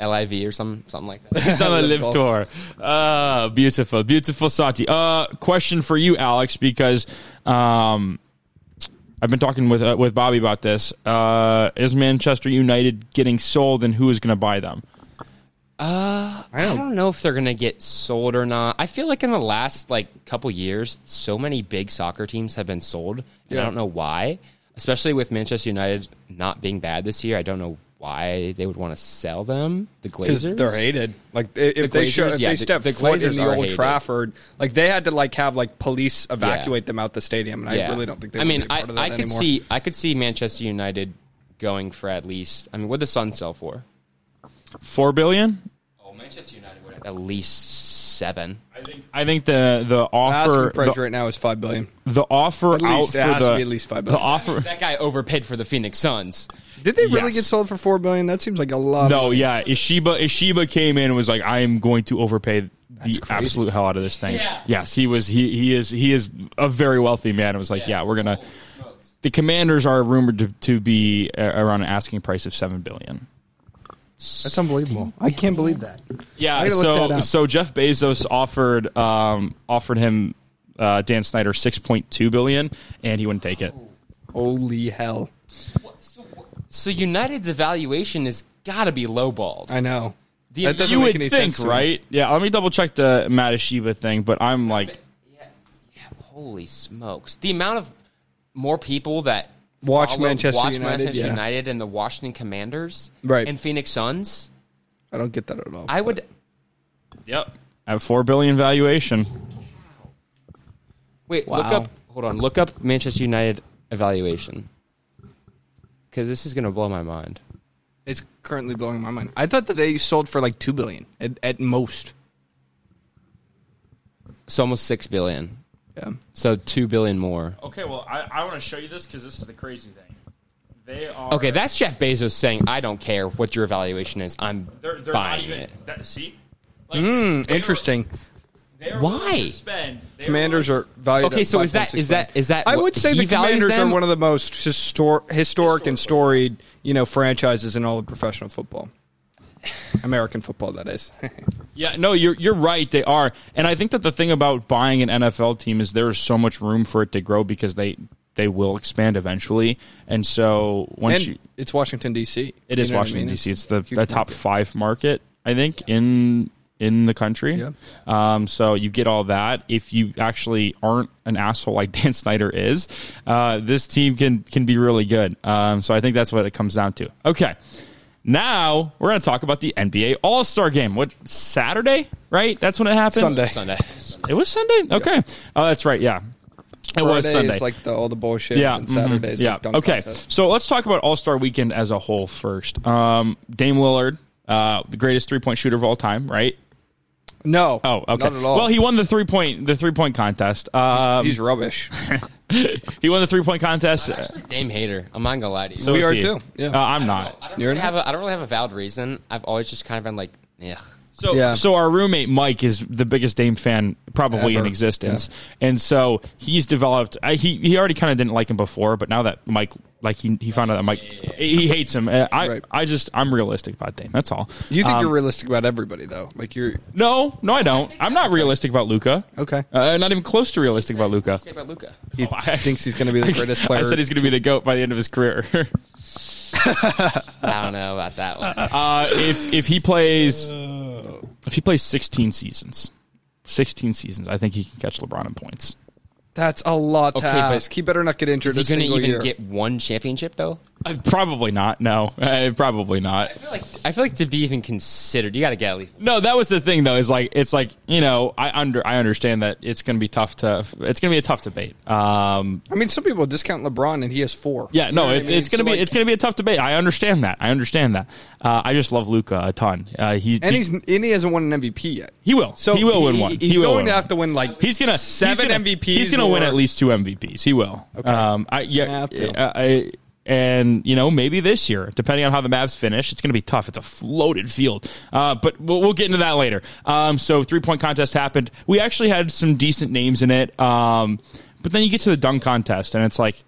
S3: LIV or some something like that.
S1: He's
S2: (laughs)
S1: on a
S2: Live
S1: live tour. Uh, beautiful, beautiful Sati. Uh, question for you, Alex, because um, I've been talking with uh, with Bobby about this. Uh, is Manchester United getting sold, and who is going to buy them?
S3: I
S2: Oh.
S3: don't, know if they're gonna get sold or not. I feel like in the last like couple years, so many big soccer teams have been sold, and I
S2: Yeah.
S3: don't know why. Especially with Manchester United not being bad this year, I don't know why they would want to sell them. The
S2: Because
S3: Glazers,
S2: they're hated. Like i- if they show,
S3: Glazers,
S2: if
S3: yeah,
S2: they
S3: the-
S2: step
S3: the
S2: foot in
S3: Glazers
S2: the
S3: are
S2: old
S3: hated.
S2: Trafford, like they had to like have like police evacuate them out the stadium, and I really don't think they.
S3: I
S2: would
S3: mean,
S2: be a part of that
S3: I, I could
S2: anymore.
S3: see, I could see Manchester United going for at least. I mean, what would the Sun sell for?
S1: Four billion.
S3: Oh, Manchester United would at least seven.
S4: I think
S1: I think the the
S2: asking
S1: offer
S2: price
S1: the,
S2: right now is five billion.
S1: the offer
S2: At
S1: out
S2: least it
S1: for
S2: has to
S1: the
S2: be at least five
S1: the
S2: billion.
S1: offer.
S3: That guy overpaid for the Phoenix Suns.
S2: Did they really
S1: Yes.
S2: get sold for four billion? That seems like a lot. of
S1: No,
S2: money.
S1: yeah, Ishiba Ishiba came in and was like, "I am going to overpay the
S2: crazy.
S1: absolute hell out of this thing."
S3: Yeah.
S1: Yes, he was. He he is he is a very wealthy man. and was like, "Yeah, we're gonna." The Commanders are rumored to, to be uh, around an asking price of seven billion.
S2: that's unbelievable. I can't believe that.
S1: Yeah,
S2: I gotta look that
S1: so so
S2: up.
S1: Jeff Bezos offered um, offered him uh, Dan Snyder six point two billion, and he wouldn't take it.
S2: Holy hell!
S3: So, United's evaluation has got to be lowballed.
S2: I know.
S3: The-
S2: that doesn't
S1: You
S2: make
S1: would
S2: any
S1: think,
S2: sense, to me.
S1: right? Yeah, let me double check the Matt Ishiba thing, but I'm like,
S3: Yeah, yeah, holy smokes! The amount of more people that
S2: Watch
S3: follow-
S2: Manchester
S3: watch
S2: United,
S3: Manchester
S2: yeah.
S3: United and the Washington Commanders,
S2: Right.
S3: and Phoenix Suns.
S2: I don't get that at all.
S3: I would
S1: yep, at four billion valuation.
S3: wait. Look
S2: Wow.
S3: up. Hold on. Look up Manchester United evaluation because this is going to blow my mind.
S2: It's currently blowing my mind. I thought that they sold for like two billion at, at most.
S3: So almost six billion.
S2: Yeah.
S3: So two billion more.
S1: Okay, well, I, I want to show you this because this is the crazy thing.
S4: They are
S3: Okay, that's Jeff Bezos saying, "I don't care what your evaluation is. I'm
S4: they're, they're
S3: buying
S4: not even,
S3: it."
S4: That, see, like,
S2: Hmm,
S4: they are-
S2: Interesting.
S4: they are
S3: Why?
S4: willing to spend- they are
S2: Commanders
S4: willing-
S2: are valued.
S3: Okay,
S2: at
S3: so is that-
S2: 5.6
S3: is that- is that
S2: I
S3: what
S2: would say
S3: he
S2: the
S3: values
S2: Commanders
S3: them?
S2: are one of the most histor- historic and storied, you know, franchises in all of professional football, American football. That is.
S1: Yeah, no, you're you're right. They are, and I think that the thing about buying an NFL team is there is so much room for it to grow because they they will expand eventually, and so once
S2: and
S1: you,
S2: it's Washington D.C.
S1: it
S2: You
S1: is
S2: know what I
S1: Washington
S2: mean?
S1: D.C. It's the,
S2: huge
S1: the top
S2: market.
S1: five market, I think in in the country.
S2: Yeah.
S1: Um, so you get all that. If you actually aren't an asshole like (laughs) Dan Snyder is, uh, this team can can be really good. Um, so I think that's what it comes down to. Okay. Now we're going to talk about the NBA All Star Game. What Saturday, right? That's when it happened.
S2: Sunday.
S3: Sunday.
S2: (laughs)
S1: It was Sunday. Okay. Oh, that's right. Yeah. It was
S2: Friday
S1: Sunday.
S2: is like the, all the bullshit.
S1: yeah.
S2: And
S1: mhm,
S2: Saturdays.
S1: yeah.
S2: Like dunk
S1: okay.
S2: contest.
S1: So let's talk about All Star Weekend as a whole first. Um, Dame Willard, uh, the greatest three point shooter of all time, right?
S2: No.
S1: Oh, okay.
S2: Not at all.
S1: Well, he won the three point the three point contest. Um,
S2: he's rubbish.
S1: (laughs) he won the three point contest.
S3: Actually, Dame hater. I'm not gonna lie to you.
S1: So
S2: we
S1: is
S2: are
S1: he.
S2: too, yeah.
S1: Uh, I'm
S3: I
S1: not.
S3: don't
S2: You're
S3: really
S2: not?
S3: have a, I don't really have a valid reason. I've always just kind of been like, yeah.
S1: So,
S2: Yeah.
S1: so our roommate Mike is the biggest Dame fan probably in
S2: Ever.
S1: existence, and so he's developed. I, he he already kind of didn't like him before, but now that Mike like he, he found out that Mike he hates him. Uh, I
S2: Right.
S1: I just I'm realistic about Dame. That's all.
S2: You think
S1: Um,
S2: you're realistic about everybody though? Like you're
S1: No, no, I don't. I'm not realistic about Luca.
S2: Okay.
S1: uh, not even close to realistic about Luca.
S3: Say about Luca.
S1: (laughs)
S2: he thinks he's going to be the greatest player.
S1: I said he's going to be the goat by the end of his career. (laughs)
S3: I don't know about
S2: (laughs)
S3: that one.
S1: Uh, if if he plays if he plays 16 seasons, 16 seasons, I think he can catch LeBron in points.
S2: That's a lot to
S3: Okay, but
S2: ask. He better not get injured a
S3: Is he gonna
S2: single
S3: even
S2: year.
S3: get one championship though?
S1: Uh, probably not. No, uh, probably not.
S3: I feel like I feel like to be even considered, you got to get at least.
S1: No, that was the thing though. Is like it's like you know I under I understand that it's going to be tough to it's going to be a tough debate. Um,
S2: I mean, some people discount LeBron, and he has four.
S1: yeah,
S2: You know
S1: no,
S2: what I
S1: it's
S2: mean?
S1: it's going
S2: So,
S1: to be
S2: like-
S1: it's going to be a tough debate. I understand that. I understand that. Uh, I just love Luca a ton. Uh, he
S2: and
S1: he-
S2: he's and he hasn't won an MVP yet.
S1: He will.
S2: So
S1: he will win one.
S2: He's
S1: he will
S2: going
S1: win
S2: to
S1: one.
S2: have to win like
S1: He's gonna
S2: seven
S1: he's gonna,
S2: MVPs.
S1: He's gonna win
S2: or-
S1: at least two MVPs. He will. Um, I,
S2: Gonna
S1: yeah,
S2: have to.
S1: uh, I, and you know maybe this year, depending on how the Mavs finish, it's gonna be tough. It's a floated field, uh, but we'll, we'll get into that later. Um, so three point contest happened. We actually had some decent names in it, um, but then you get to the dunk contest, and it's like.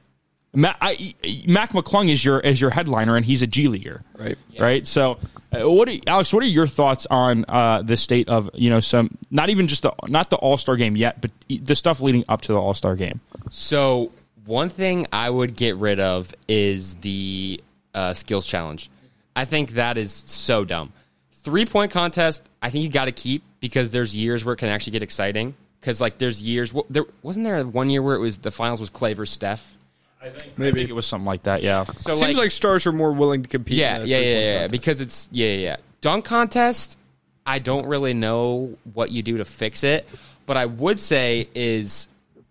S1: Ma- I, Mac McClung is your is your headliner, and he's a G leaguer,
S2: Right.
S1: Right. So, uh, what do you- Alex? What are your thoughts on uh, the state of you know some not even just the not the All Star game yet, but e- the stuff leading up to the All Star game?
S3: So one thing I would get rid of is the uh, skills challenge. I think that is so dumb. Three point contest. I think you got to keep because there's years where it can actually get exciting. Because like there's years. wh- There wasn't there one year where it was the finals was Clay versus Steph.
S1: Maybe it was something like that. Yeah.
S3: So
S2: Seems like stars are more willing to compete.
S3: yeah,
S2: in a
S3: yeah, yeah,
S2: three-point
S3: yeah,
S2: contest.
S3: Because it's yeah, yeah, yeah. Dunk contest. I don't really know what you do to fix it, but I would say is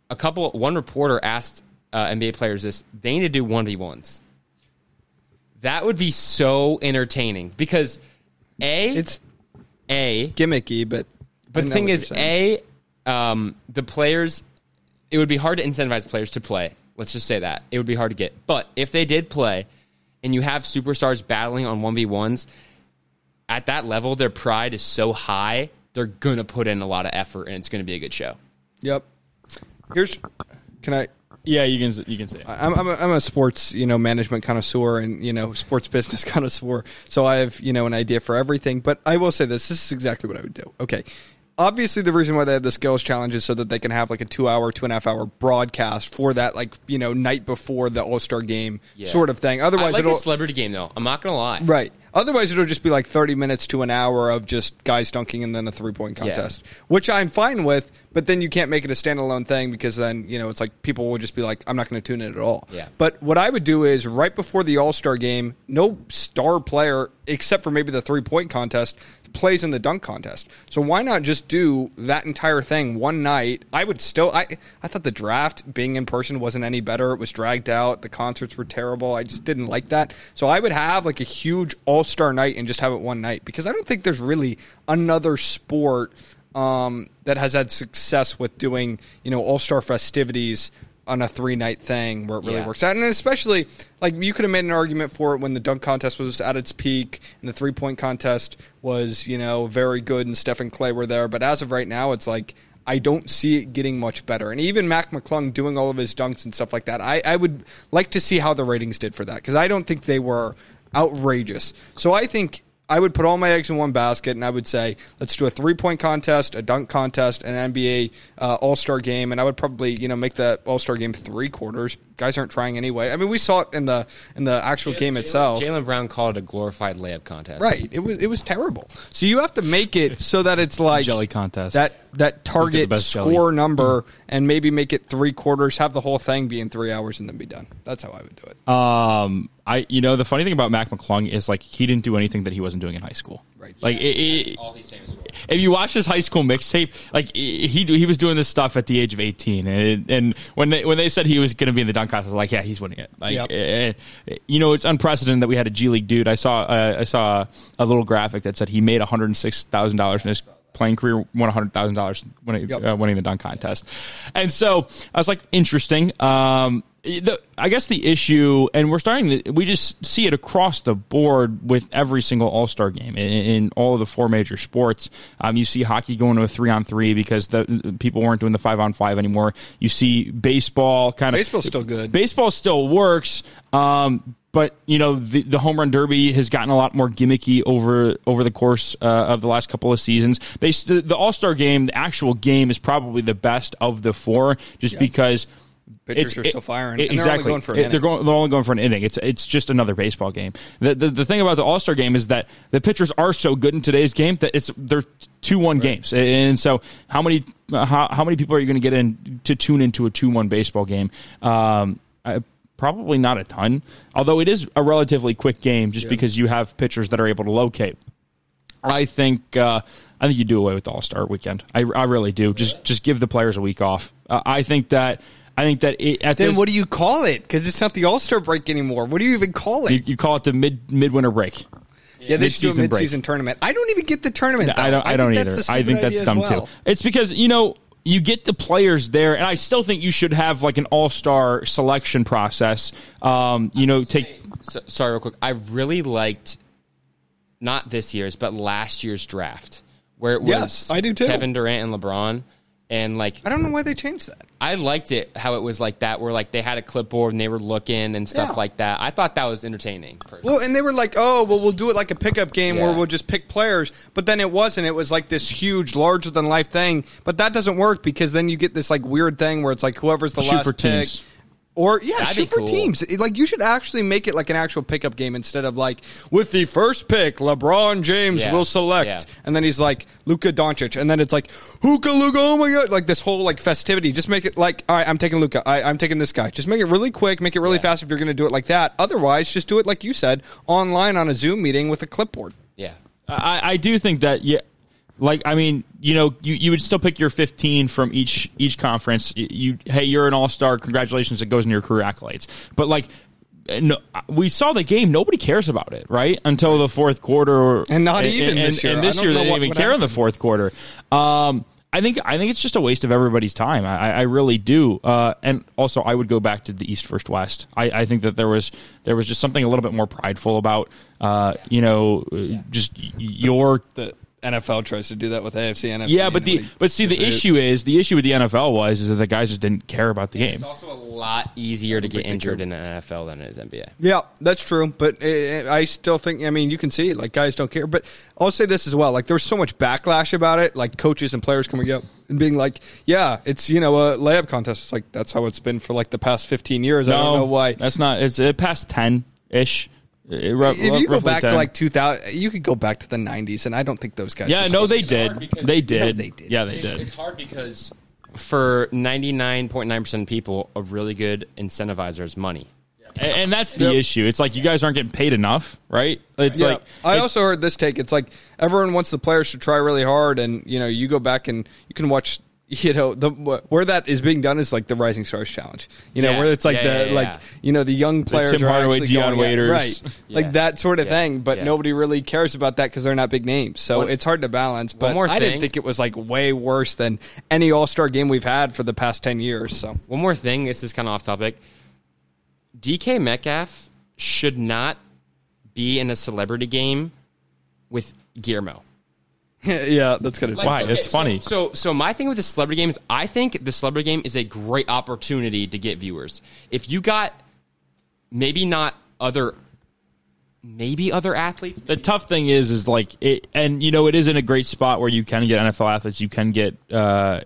S3: a couple. One reporter asked uh, NBA players this: they need to do one v ones. That would be so entertaining because a
S2: It's
S3: a
S2: gimmicky, but I
S3: but
S2: know
S3: the thing
S2: what you're
S3: is,
S2: saying.
S3: a um, the players, it would be hard to incentivize players to play. Let's just say that it would be hard to get. But if they did play, and you have superstars battling on one v ones, at that level, their pride is so high, they're gonna put in a lot of effort, and it's gonna be a good show.
S2: yep. Here's can I
S1: Yeah, you can you can say.
S2: I'm, I'm, a, I'm a sports you know management connoisseur and you know sports business (laughs) connoisseur so i have you know an idea for everything but i will say this this is exactly what i would do okay obviously the reason why they have the skills challenge is so that they can have like a two hour two and a half hour broadcast for that like you know night before the all-star game
S3: Yeah.
S2: sort of thing
S3: I
S2: otherwise
S3: like
S2: it'll
S3: the celebrity game though. I'm not gonna lie.
S2: Right. Otherwise, it'll just be like 30 minutes to an hour of just guys dunking and then a three point
S3: Yeah.
S2: contest, which I'm fine with, but then you can't make it a standalone thing because then, you know, it's like people will just be like, I'm not going to tune in at all.
S3: Yeah.
S2: But what I would do is right before the All Star game, no star player, except for maybe the three point contest, plays in the dunk contest. So why not just do that entire thing one night? I would still, I, I thought the draft being in person wasn't any better. It was dragged out. The concerts were terrible. I just didn't like that. So I would have like a huge all star night and just have it one night because I don't think there's really another sport um, that has had success with doing, you know, all star festivities. uh, on a three night thing where it really
S3: Yeah.
S2: works out. And especially like you could have made an argument for it when the dunk contest was at its peak and the three point contest was you know very good and Steph and Clay were there. But as of right now, it's like. I don't see it getting much better. And even Mac McClung doing all of his dunks and stuff like that, I, I would like to see how the ratings did for that because I don't think they were outrageous. So I think I would put all my eggs in one basket, and I would say let's do a three point contest, a dunk contest, an NBA uh, All Star game, and I would probably you know make the All Star game three quarters. Guys aren't trying anyway. I mean, we saw it in the in the actual game itself.
S3: Jalen Brown called it a glorified layup contest.
S2: Right, it was it was terrible. So you have to make it so that it's like
S1: Jelly contest.
S2: that that target
S1: best jelly. Mm.
S2: score number, and maybe make it three quarters. Have the whole thing be in three hours, and then be done. That's how I would do it.
S1: Um, I you know the funny thing about Mac McClung is like he didn't do anything that he wasn't doing in high school.
S2: Right.
S1: Like it, it,
S3: All he's famous for.
S1: if you watch his high school mixtape, like he he was doing this stuff at the age of eighteen, and, and when they when they said he was going to be in the dunk contest, I was like yeah, he's winning it. Like
S2: Yep.
S1: eh, eh, you know, it's unprecedented that we had a G League dude. I saw uh, I saw a little graphic that said he made one hundred and six thousand dollars in his playing career, won one hundred thousand dollars winning
S2: Yep.
S1: uh, winning the dunk contest, and so I was like interesting. Um, the, I guess the issue, and we're starting to, we just see it across the board with every single All Star game in, in all of the four major sports. Um, you see hockey going to a three on three because the people weren't doing the five on five anymore. You see baseball kind of
S2: Baseball's still good.
S1: Baseball still works. Um, but you know the, the home run derby has gotten a lot more gimmicky over over the course uh, of the last couple of seasons. They st- the All Star game, the actual game, is probably the best of the four, just because
S2: Pitchers are still firing,
S1: it- e
S2: and they're only
S1: exactly.
S2: going for an
S1: It-
S2: inning.
S1: They're going. They're only going for an inning. It's it's just another baseball game. The the, the thing about the All Star game is that the pitchers are so good in today's game that it's they're two one games, and so how many uh, how, how many people are you going to get in to tune into a two one baseball game? Um, I, probably not a ton. Although it is a relatively quick game, just because you have pitchers that are able to locate. I think uh, I think you do away with All Star Weekend. I, I really do. Just just give the players a week off. Uh, I think that I think that it, at
S2: Then
S1: this,
S2: what do you call it? Because it's not the All Star break anymore. What do you even call it?
S1: you, you call it the mid midwinter break.
S2: yeah, they should do a
S1: mid-season break.
S2: midseason tournament. I don't even get the tournament. Though.
S1: I don't. I, don't
S2: think
S1: either.
S2: that's a
S1: I think
S2: stupid
S1: that's
S2: idea
S1: dumb
S2: as well.
S1: too. It's because you know you get the players there, and I still think you should have like an all star selection process. Um, you know, take
S3: So, sorry, real quick. I really liked not this year's, but last year's draft where it was
S2: Yes, I do too.
S3: Kevin Durant and LeBron, and like
S2: I don't know why they changed that.
S3: I liked it how it was like that, where like they had a clipboard and they were looking and stuff
S2: Yeah.
S3: like that. I thought that was entertaining. personally.
S2: Well, and they were like, "Oh, well, we'll do it like a pickup game where
S3: Yeah.
S2: we'll just pick players." But then it wasn't. It was like this huge, larger than life thing. But that doesn't work because then you get this like weird thing where it's like whoever's the
S1: Shoot
S2: last
S1: for
S2: pick,
S1: teams.
S2: or yeah,
S3: That'd be
S2: shoot for
S3: cool.
S2: teams. It- Like you should actually make it like an actual pickup game instead of like with the first pick, LeBron James
S3: Yeah.
S2: will select,
S3: Yeah.
S2: and then he's like Luka Doncic, and then it's like Hookah Luka, oh my god, like this whole like festivity. Just make it like, all right, I'm taking Luka, I, I'm taking this guy. Just make it really quick, make it really fast if you're going to do it like that. Otherwise, just do it like you said, online on a Zoom meeting with a clipboard.
S3: yeah.
S1: I, I do think that yeah like I mean, you know, you, you would still pick your 15 from each each conference. You, you- hey, you're an all-star. Congratulations, it goes into your career accolades. But like eh, no, we saw the game. Nobody cares about it, right? Until the fourth quarter,
S2: And not even this year.
S1: And this
S2: I don't
S1: year,
S2: know
S1: they didn't
S2: what
S1: even
S2: would
S1: care in the
S2: happen.
S1: fourth quarter. Um, I think I think it's just a waste of everybody's time. I, I- I really do. Uh, and also, I would go back to the East first West. I, I think that there was there was just something a little bit more prideful about uh, you know uh, just y- your
S2: The NFL tries to do that with AFC, NFC.
S1: yeah, but the but see the issue is the issue with the NFL was is that the guys just didn't care about the game.
S3: It's also a lot easier to get injured in the NFL than it is NBA.
S2: Yeah, that's true. But uh, I still think, I mean, you can see, like, guys don't care. But I'll say this as well. Like, there was so much backlash about it. Like, coaches and players coming up and being like, yeah, it's, you know, a layup contest. It's like, that's how it's been for, like, the past 15 years. I don't know why.
S1: That's not. It's it past uh, ten ish.
S2: if you go back to, like, 2000, you could go back to the 90s, and I don't think those guys.
S1: yeah,
S2: were
S1: no,
S2: supposed
S1: they
S2: to-
S3: hard
S1: did.
S3: because-
S1: They did.
S2: No, they did.
S1: Yeah, they
S3: It's,
S1: did.
S3: it's hard because for 99.9% of people, a really good incentivizer is money.
S1: A- And, that's the
S2: Yep.
S1: issue. It's like you guys aren't getting paid enough, right? It's
S2: Yeah.
S1: like
S2: I
S1: it's-
S2: also heard this take. It's like everyone wants the players to try really hard, and you know, you go back and you can watch you know the wh- where that is being done is like the Rising Stars Challenge. You know
S3: Yeah.
S2: where it's like
S3: Yeah,
S2: the
S3: yeah, yeah,
S2: like
S3: yeah.
S2: you know the young players
S1: Tim
S2: are
S1: Hardaway,
S2: actually
S1: Deion
S2: going at-
S1: Waiters.
S2: right?
S3: Yeah.
S2: Like that sort of thing. But
S3: Yeah.
S2: nobody really cares about that because they're not big names, so
S3: One-
S2: it's hard to balance. But
S3: more
S2: I
S3: thing.
S2: didn't think it was like way worse than any All Star game we've had for the past ten years.
S3: (laughs)
S2: So
S3: One more thing. This is kind of off topic. DK Metcalf should not be in a celebrity game with Guillermo.
S2: yeah, that's gonna
S3: Like,
S1: Why? It's
S3: so-
S1: funny.
S3: So, so, my thing with the celebrity game is, I think the celebrity game is a great opportunity to get viewers. If you got maybe not other, maybe other athletes,
S1: the tough thing is is like it and you know it is in a great spot where you can get NFL athletes you can get uh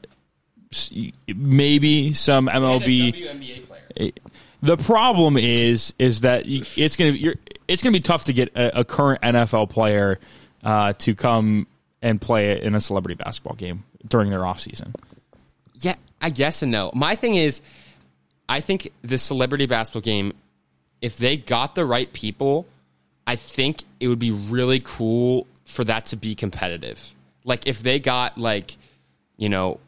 S1: s- maybe some MLB
S3: WNBA player.
S1: the problem is is that you- it's going to you're it's going to be tough to get a, a current NFL player uh to come and play in a celebrity basketball game during their offseason.
S3: Yeah, I guess and no. My thing is, I think the celebrity basketball game, if they got the right people, I think it would be really cool for that to be competitive. Like if they got like, you know,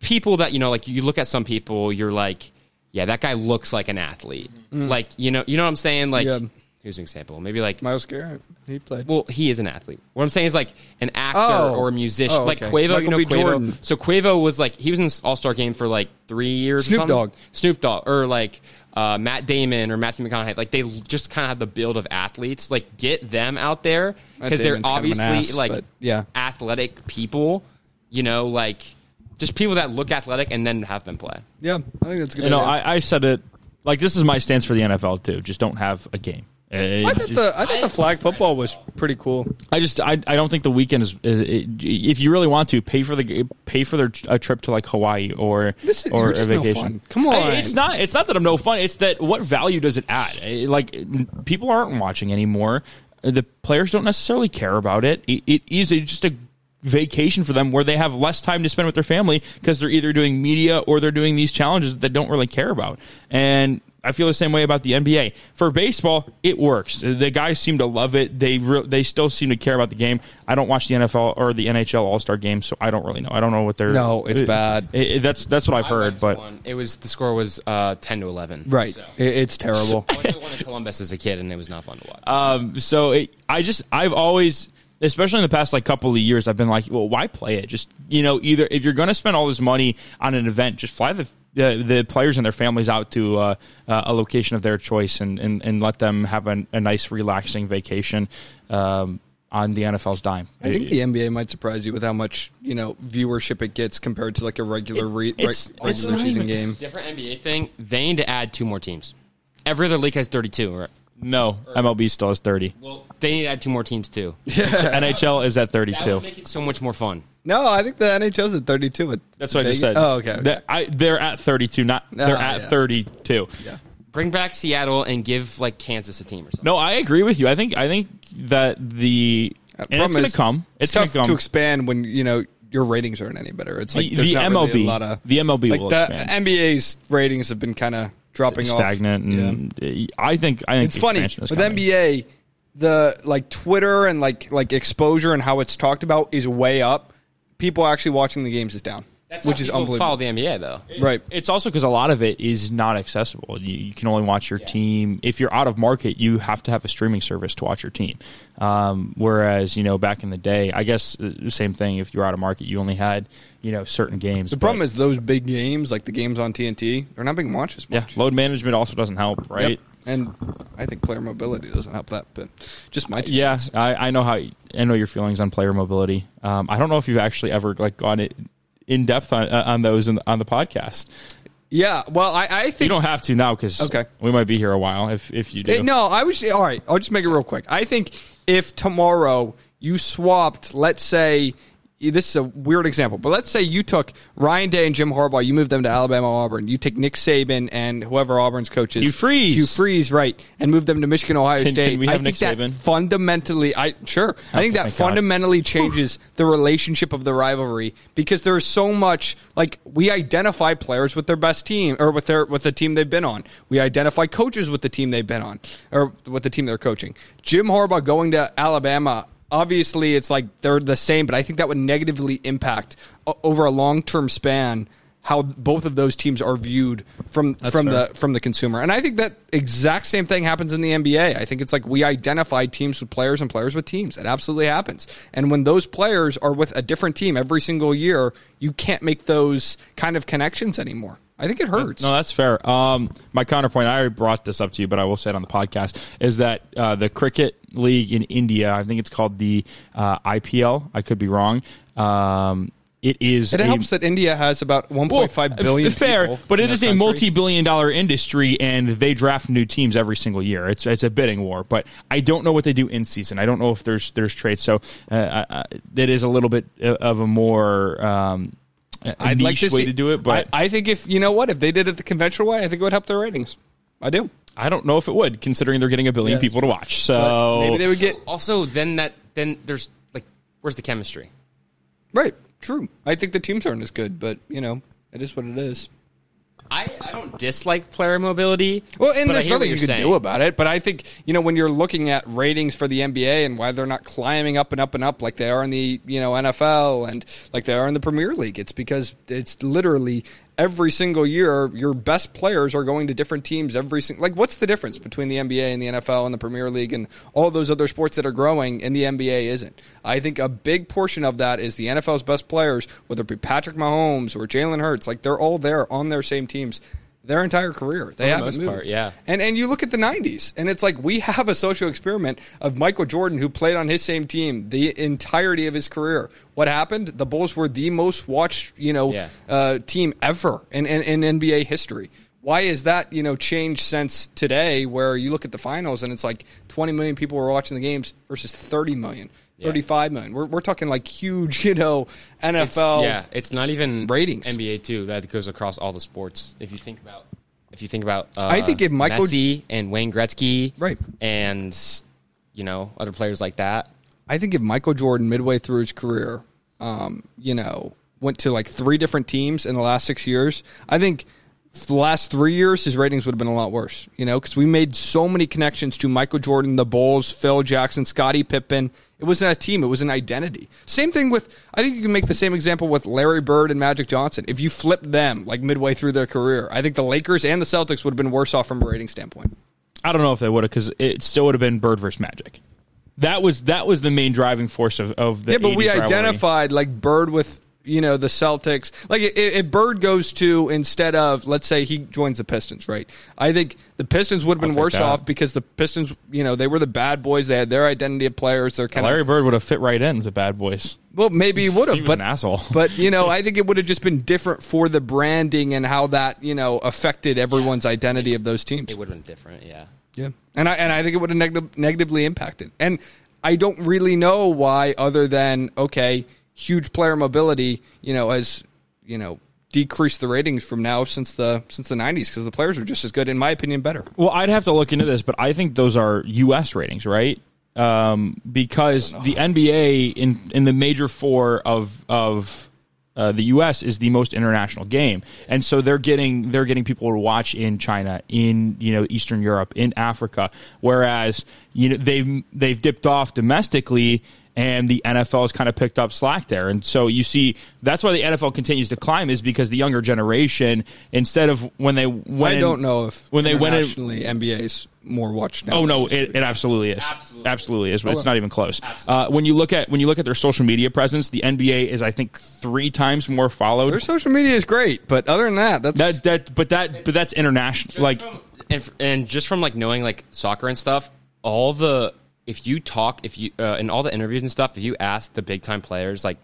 S3: people that you know, like you look at some people, you're like, yeah, that guy looks like an athlete. Like you know, you know what I'm saying? Like,
S2: Yeah.
S3: here's an example. Maybe like
S2: Miles Garrett he played.
S3: well, he is an athlete. What I'm saying is like an actor
S2: Oh.
S3: or a musician,
S2: Oh,
S3: like
S2: okay.
S3: Quavo.
S2: Michael
S3: you know
S2: B.
S3: Quavo.
S2: Jordan.
S3: So Quavo was like he was in All Star game for like three years. or
S2: Snoop
S3: something.
S2: Dogg.
S3: Snoop Dogg, or like uh, Matt Damon or Matthew McConaughey. Like they l- just kind of have the build of athletes. Like get them out there
S2: Matt
S3: because they're
S2: Damon's kind of an
S3: obviously
S2: ass,
S3: like
S2: but yeah.
S3: athletic people. You know, like just people that look athletic and then have them play.
S2: yeah, I think that's a good.
S1: You know,
S2: idea.
S1: I, I said it like this is my stance for the NFL too. Just don't have a game. Eh,
S2: I
S1: just-
S2: thought the I thought the flag football was pretty cool.
S1: I just I, I don't think the weekend is, is it, if you really want to pay for the pay for their a trip to like Hawaii or
S2: This is-
S1: or
S2: you're
S1: a
S2: just no
S1: vacation.
S2: fun. Come
S1: I-
S2: on.
S1: it's not it's not that I'm no fun. It's that what value does it add? Eh, Like n- people aren't watching anymore. The players don't necessarily care about it. It, it is a- just a vacation for them where they have less time to spend with their family because they're either doing media or they're doing these challenges that they don't really care about. And I feel the same way about the NBA. For baseball, it works. The guys seem to love it. They re- they still seem to care about the game. I don't watch the NFL or the NHL All Star game, so I don't really know. I don't know what they're. Uh,
S2: No, it's bad.
S1: It- it- that's that's what I've heard. But
S3: it was the score was uh, ten to eleven.
S2: Right,
S3: So.
S2: It- it's terrible.
S1: (laughs)
S3: I went to the one in Columbus as a kid, and it was not fun to watch.
S1: Um, so it, I just I've always, especially in the past like couple of years, I've been like, well, why play it? Just you know, either if you're going to spend all this money on an event, just fly the the, the players and their families out to uh, uh, a location of their choice and and, and let them have an, a nice relaxing vacation um, on the NFL's dime.
S2: I think the NBA might surprise you with how much you know viewership it gets compared to like a regular re-
S1: It- it's-
S2: reg-
S1: it's
S2: regular
S1: not
S2: season
S1: even-
S2: game.
S3: Different NBA thing. They need to add two more teams. Every other league has 32. Right?
S1: no MLB still has
S2: (laughs)
S1: thirty.
S3: Well, they need to add two more teams too.
S1: NHL is at thirty
S3: That
S1: two.
S3: would make it so much more fun.
S2: No, I think the NHL's at thirty-two. At
S1: That's what I just
S2: Vegas.
S1: said.
S2: Oh, okay. okay.
S1: They're, I, they're at thirty two. Not they're
S2: Ah,
S1: at
S2: yeah.
S1: thirty two.
S3: Bring back Seattle and give like Kansas a team or something.
S1: No, I agree with you. I think I think that the and
S2: Uh, Problem
S1: it's going
S2: is,
S1: to come. It's going
S2: tough
S1: to come.
S2: to expand when you know your ratings aren't any better. It's like
S1: The-
S2: there's
S1: the
S2: not really
S1: MLB
S2: a lot of,
S1: the MLB
S2: like
S1: will
S2: the
S1: expand.
S2: NBA's ratings have been kind of dropping
S1: stagnant,
S2: off. Yeah.
S1: and I think I think
S2: it's funny
S1: expansion is
S2: with
S1: coming.
S2: NBA, the like Twitter and like like exposure and how it's talked about is way up. People actually watching the games is down, which is unbelievable.
S3: Follow the NBA though.
S2: right.
S1: It's also because a lot of it is not accessible. You, you can only watch your team if you're out of market. You have to have a streaming service to watch your team. Um, whereas you know back in the day, I guess uh, the same thing. If you're out of market, you only had you know certain games.
S2: The problem is those big games, like the games on TNT, they're not being watched as
S1: yeah,
S2: much.
S1: load management also doesn't help, right?
S2: Yep. And I think player mobility doesn't help that, but just my two
S1: Yeah,
S2: cents.
S1: I, I know how I know your feelings on player mobility. Um, I don't know if you've actually ever like gone it in depth on uh, on those in, on the podcast.
S2: Yeah. Well, I, I
S1: You
S2: think
S1: don't have to now because
S2: Okay.
S1: we might be here a while if if you do.
S2: Eh, no, I was all right. I'll just make it real quick. I think if tomorrow you swapped, let's say this is a weird example, but let's say you took Ryan Day and Jim Harbaugh, you moved them to Alabama Auburn. You take Nick Saban and whoever Auburn's coach is,
S1: Hugh Freeze.
S2: Hugh Freeze, right, and move them to Michigan, Ohio
S1: Can-
S2: State.
S1: can we have
S2: I
S1: Nick
S2: think that
S1: Saban?
S2: fundamentally, I sure, I think that
S1: thank God.
S2: fundamentally changes the relationship of the rivalry because there is so much like we identify players with their best team or with their with the team they've been on. We identify coaches with the team they've been on or with the team they're coaching. Jim Harbaugh going to Alabama. Uh, obviously it's like they're the same, but I think that would negatively impact o- over a long term span how both of those teams are viewed from from
S4: fair.
S2: the from the consumer. And I think that exact same thing happens in the NBA. I think it's like we identify teams with players and players with teams. It absolutely happens. And when those players are with a different team every single year, you can't make those kind of connections anymore. I think it hurts.
S1: No, that's fair. Um, my counterpoint, I already brought this up to you, but I will say it on the podcast, is that uh, the cricket league in India, I think it's called the uh, IPL. I could be wrong. Um, it is.
S2: it
S1: a-
S2: helps that India has about 1.5 billion
S1: f- (laughs) fair,
S2: people
S1: but
S2: in
S1: it
S2: their
S1: is a
S2: country.
S1: multi-billion-dollar industry, and they draft new teams every single year. It's it's a bidding war, but I don't know what they do in season. I don't know if there's there's trades, so uh, I, I, it is a little bit of a more um, a
S2: I'd
S1: niche
S2: like to
S1: way
S2: see,
S1: to do it. But
S2: I, I think if you know what, if they did it the conventional way, I think it would help their ratings. I do.
S1: I don't know if it would, considering they're getting a billion
S2: Yeah.
S1: people to watch.
S2: But
S1: So
S2: maybe they would get
S3: Also, then that then there's like, where's the chemistry?
S2: right. True. I think the teams aren't as good, but you know, it is what it is.
S3: I, I don't dislike player mobility.
S2: Well, and
S3: but I
S2: there's
S3: hear what
S2: nothing you
S3: you're
S2: can
S3: saying.
S2: do about it. But I think you know when you're looking at ratings for the NBA and why they're not climbing up and up and up like they are in the you know NFL and like they are in the Premier League, it's because it's literally every single year your best players are going to different teams every single. Like, what's the difference between the NBA and the NFL and the Premier League and all those other sports that are growing and the NBA isn't? I think a big portion of that is the NFL's best players, whether it be Patrick Mahomes or Jalen Hurts, like they're all there on their same teams. Their entire career, they haven't
S3: most
S2: moved.
S3: part, yeah.
S2: And and you look at the '90s, and it's like we (laughs) have a social experiment of Michael Jordan, who played on his same team the entirety of his career. What happened? The Bulls were the most watched, you know,
S3: Yeah.
S2: uh, team ever in, in, in NBA history. Why is that, you know, changed since today, where you look at the finals and it's like 20 million people were watching the games versus 30 million, 35 million. We're, we're talking like huge, (laughs) you know,
S3: It's-
S2: NFL.
S3: yeah, it's not even
S2: Oh. Ratings.
S3: NBA too. That goes across all the sports. If you think about, if you think about, uh,
S2: I think if Michael-
S3: Messi and Wayne Gretzky,
S2: Right.
S3: and you know other players like that.
S2: I think if Michael Jordan, midway through his career, um, you know, went to like three different teams in the last six years, I think the last three years his ratings would have been a lot worse, you know, because we made so many connections to Michael Jordan, the Bulls, Phil Jackson, Scottie Pippen. It wasn't a team, it was an identity. Same thing with, I think you can make the same example with Larry Bird and Magic Johnson. If you flip them like midway through their career, I think the Lakers and the Celtics would have been worse off from a rating standpoint.
S1: I don't know if they would have because it still would have been Bird versus Magic. That was that was the main driving force of, of the
S2: yeah, but we
S1: 80s rivalry.
S2: identified like Bird with you know the Celtics. Like i- if Bird goes to instead of let's say he joins the Pistons, right? I think the Pistons would have been
S1: take
S2: worse
S1: that.
S2: off because the Pistons, you know, they were the bad boys. They had their identity of players. They're kind
S1: Larry
S2: of
S1: Bird would have fit right in with the Bad Boys.
S2: well, maybe he would have,
S1: He was
S2: but
S1: an asshole.
S2: (laughs) but you know, I think it would have just been different for the branding and how that you know affected everyone's identity of those teams.
S3: It would have been different. Yeah.
S2: Yeah, and I and I think it would have negative, negatively impacted. And I don't really know why, other than okay, huge player mobility, you know, has you know decreased the ratings from now since the since the '90s because the players are just as good, in my opinion, better.
S1: Well, I'd have to look into this, but I think those are U.S. ratings, right? Um, because the NBA in in the major four of of uh, the U.S. is the most international game, and so they're getting they're getting people to watch in China, in you know Eastern Europe, in Africa. Whereas you know they've they've dipped off domestically, and the NFL has kind of picked up slack there. And so you see that's why the NFL continues to climb is because the younger generation instead of when they when
S2: I don't know if
S1: when they went in-
S2: internationally, NBA's more watched now.
S1: Oh no, it, it absolutely is. Absolutely, is, but it's
S2: Okay.
S1: not even close. Uh, when you look at when you look at their social media presence, the NBA is I think three times more followed.
S2: their social media is great, but other than that, that's
S1: that that but that but that's international. Like
S3: and, f- and just from like knowing like soccer and stuff, all the if you talk if you uh, in all the interviews and stuff, if you ask the big time players like,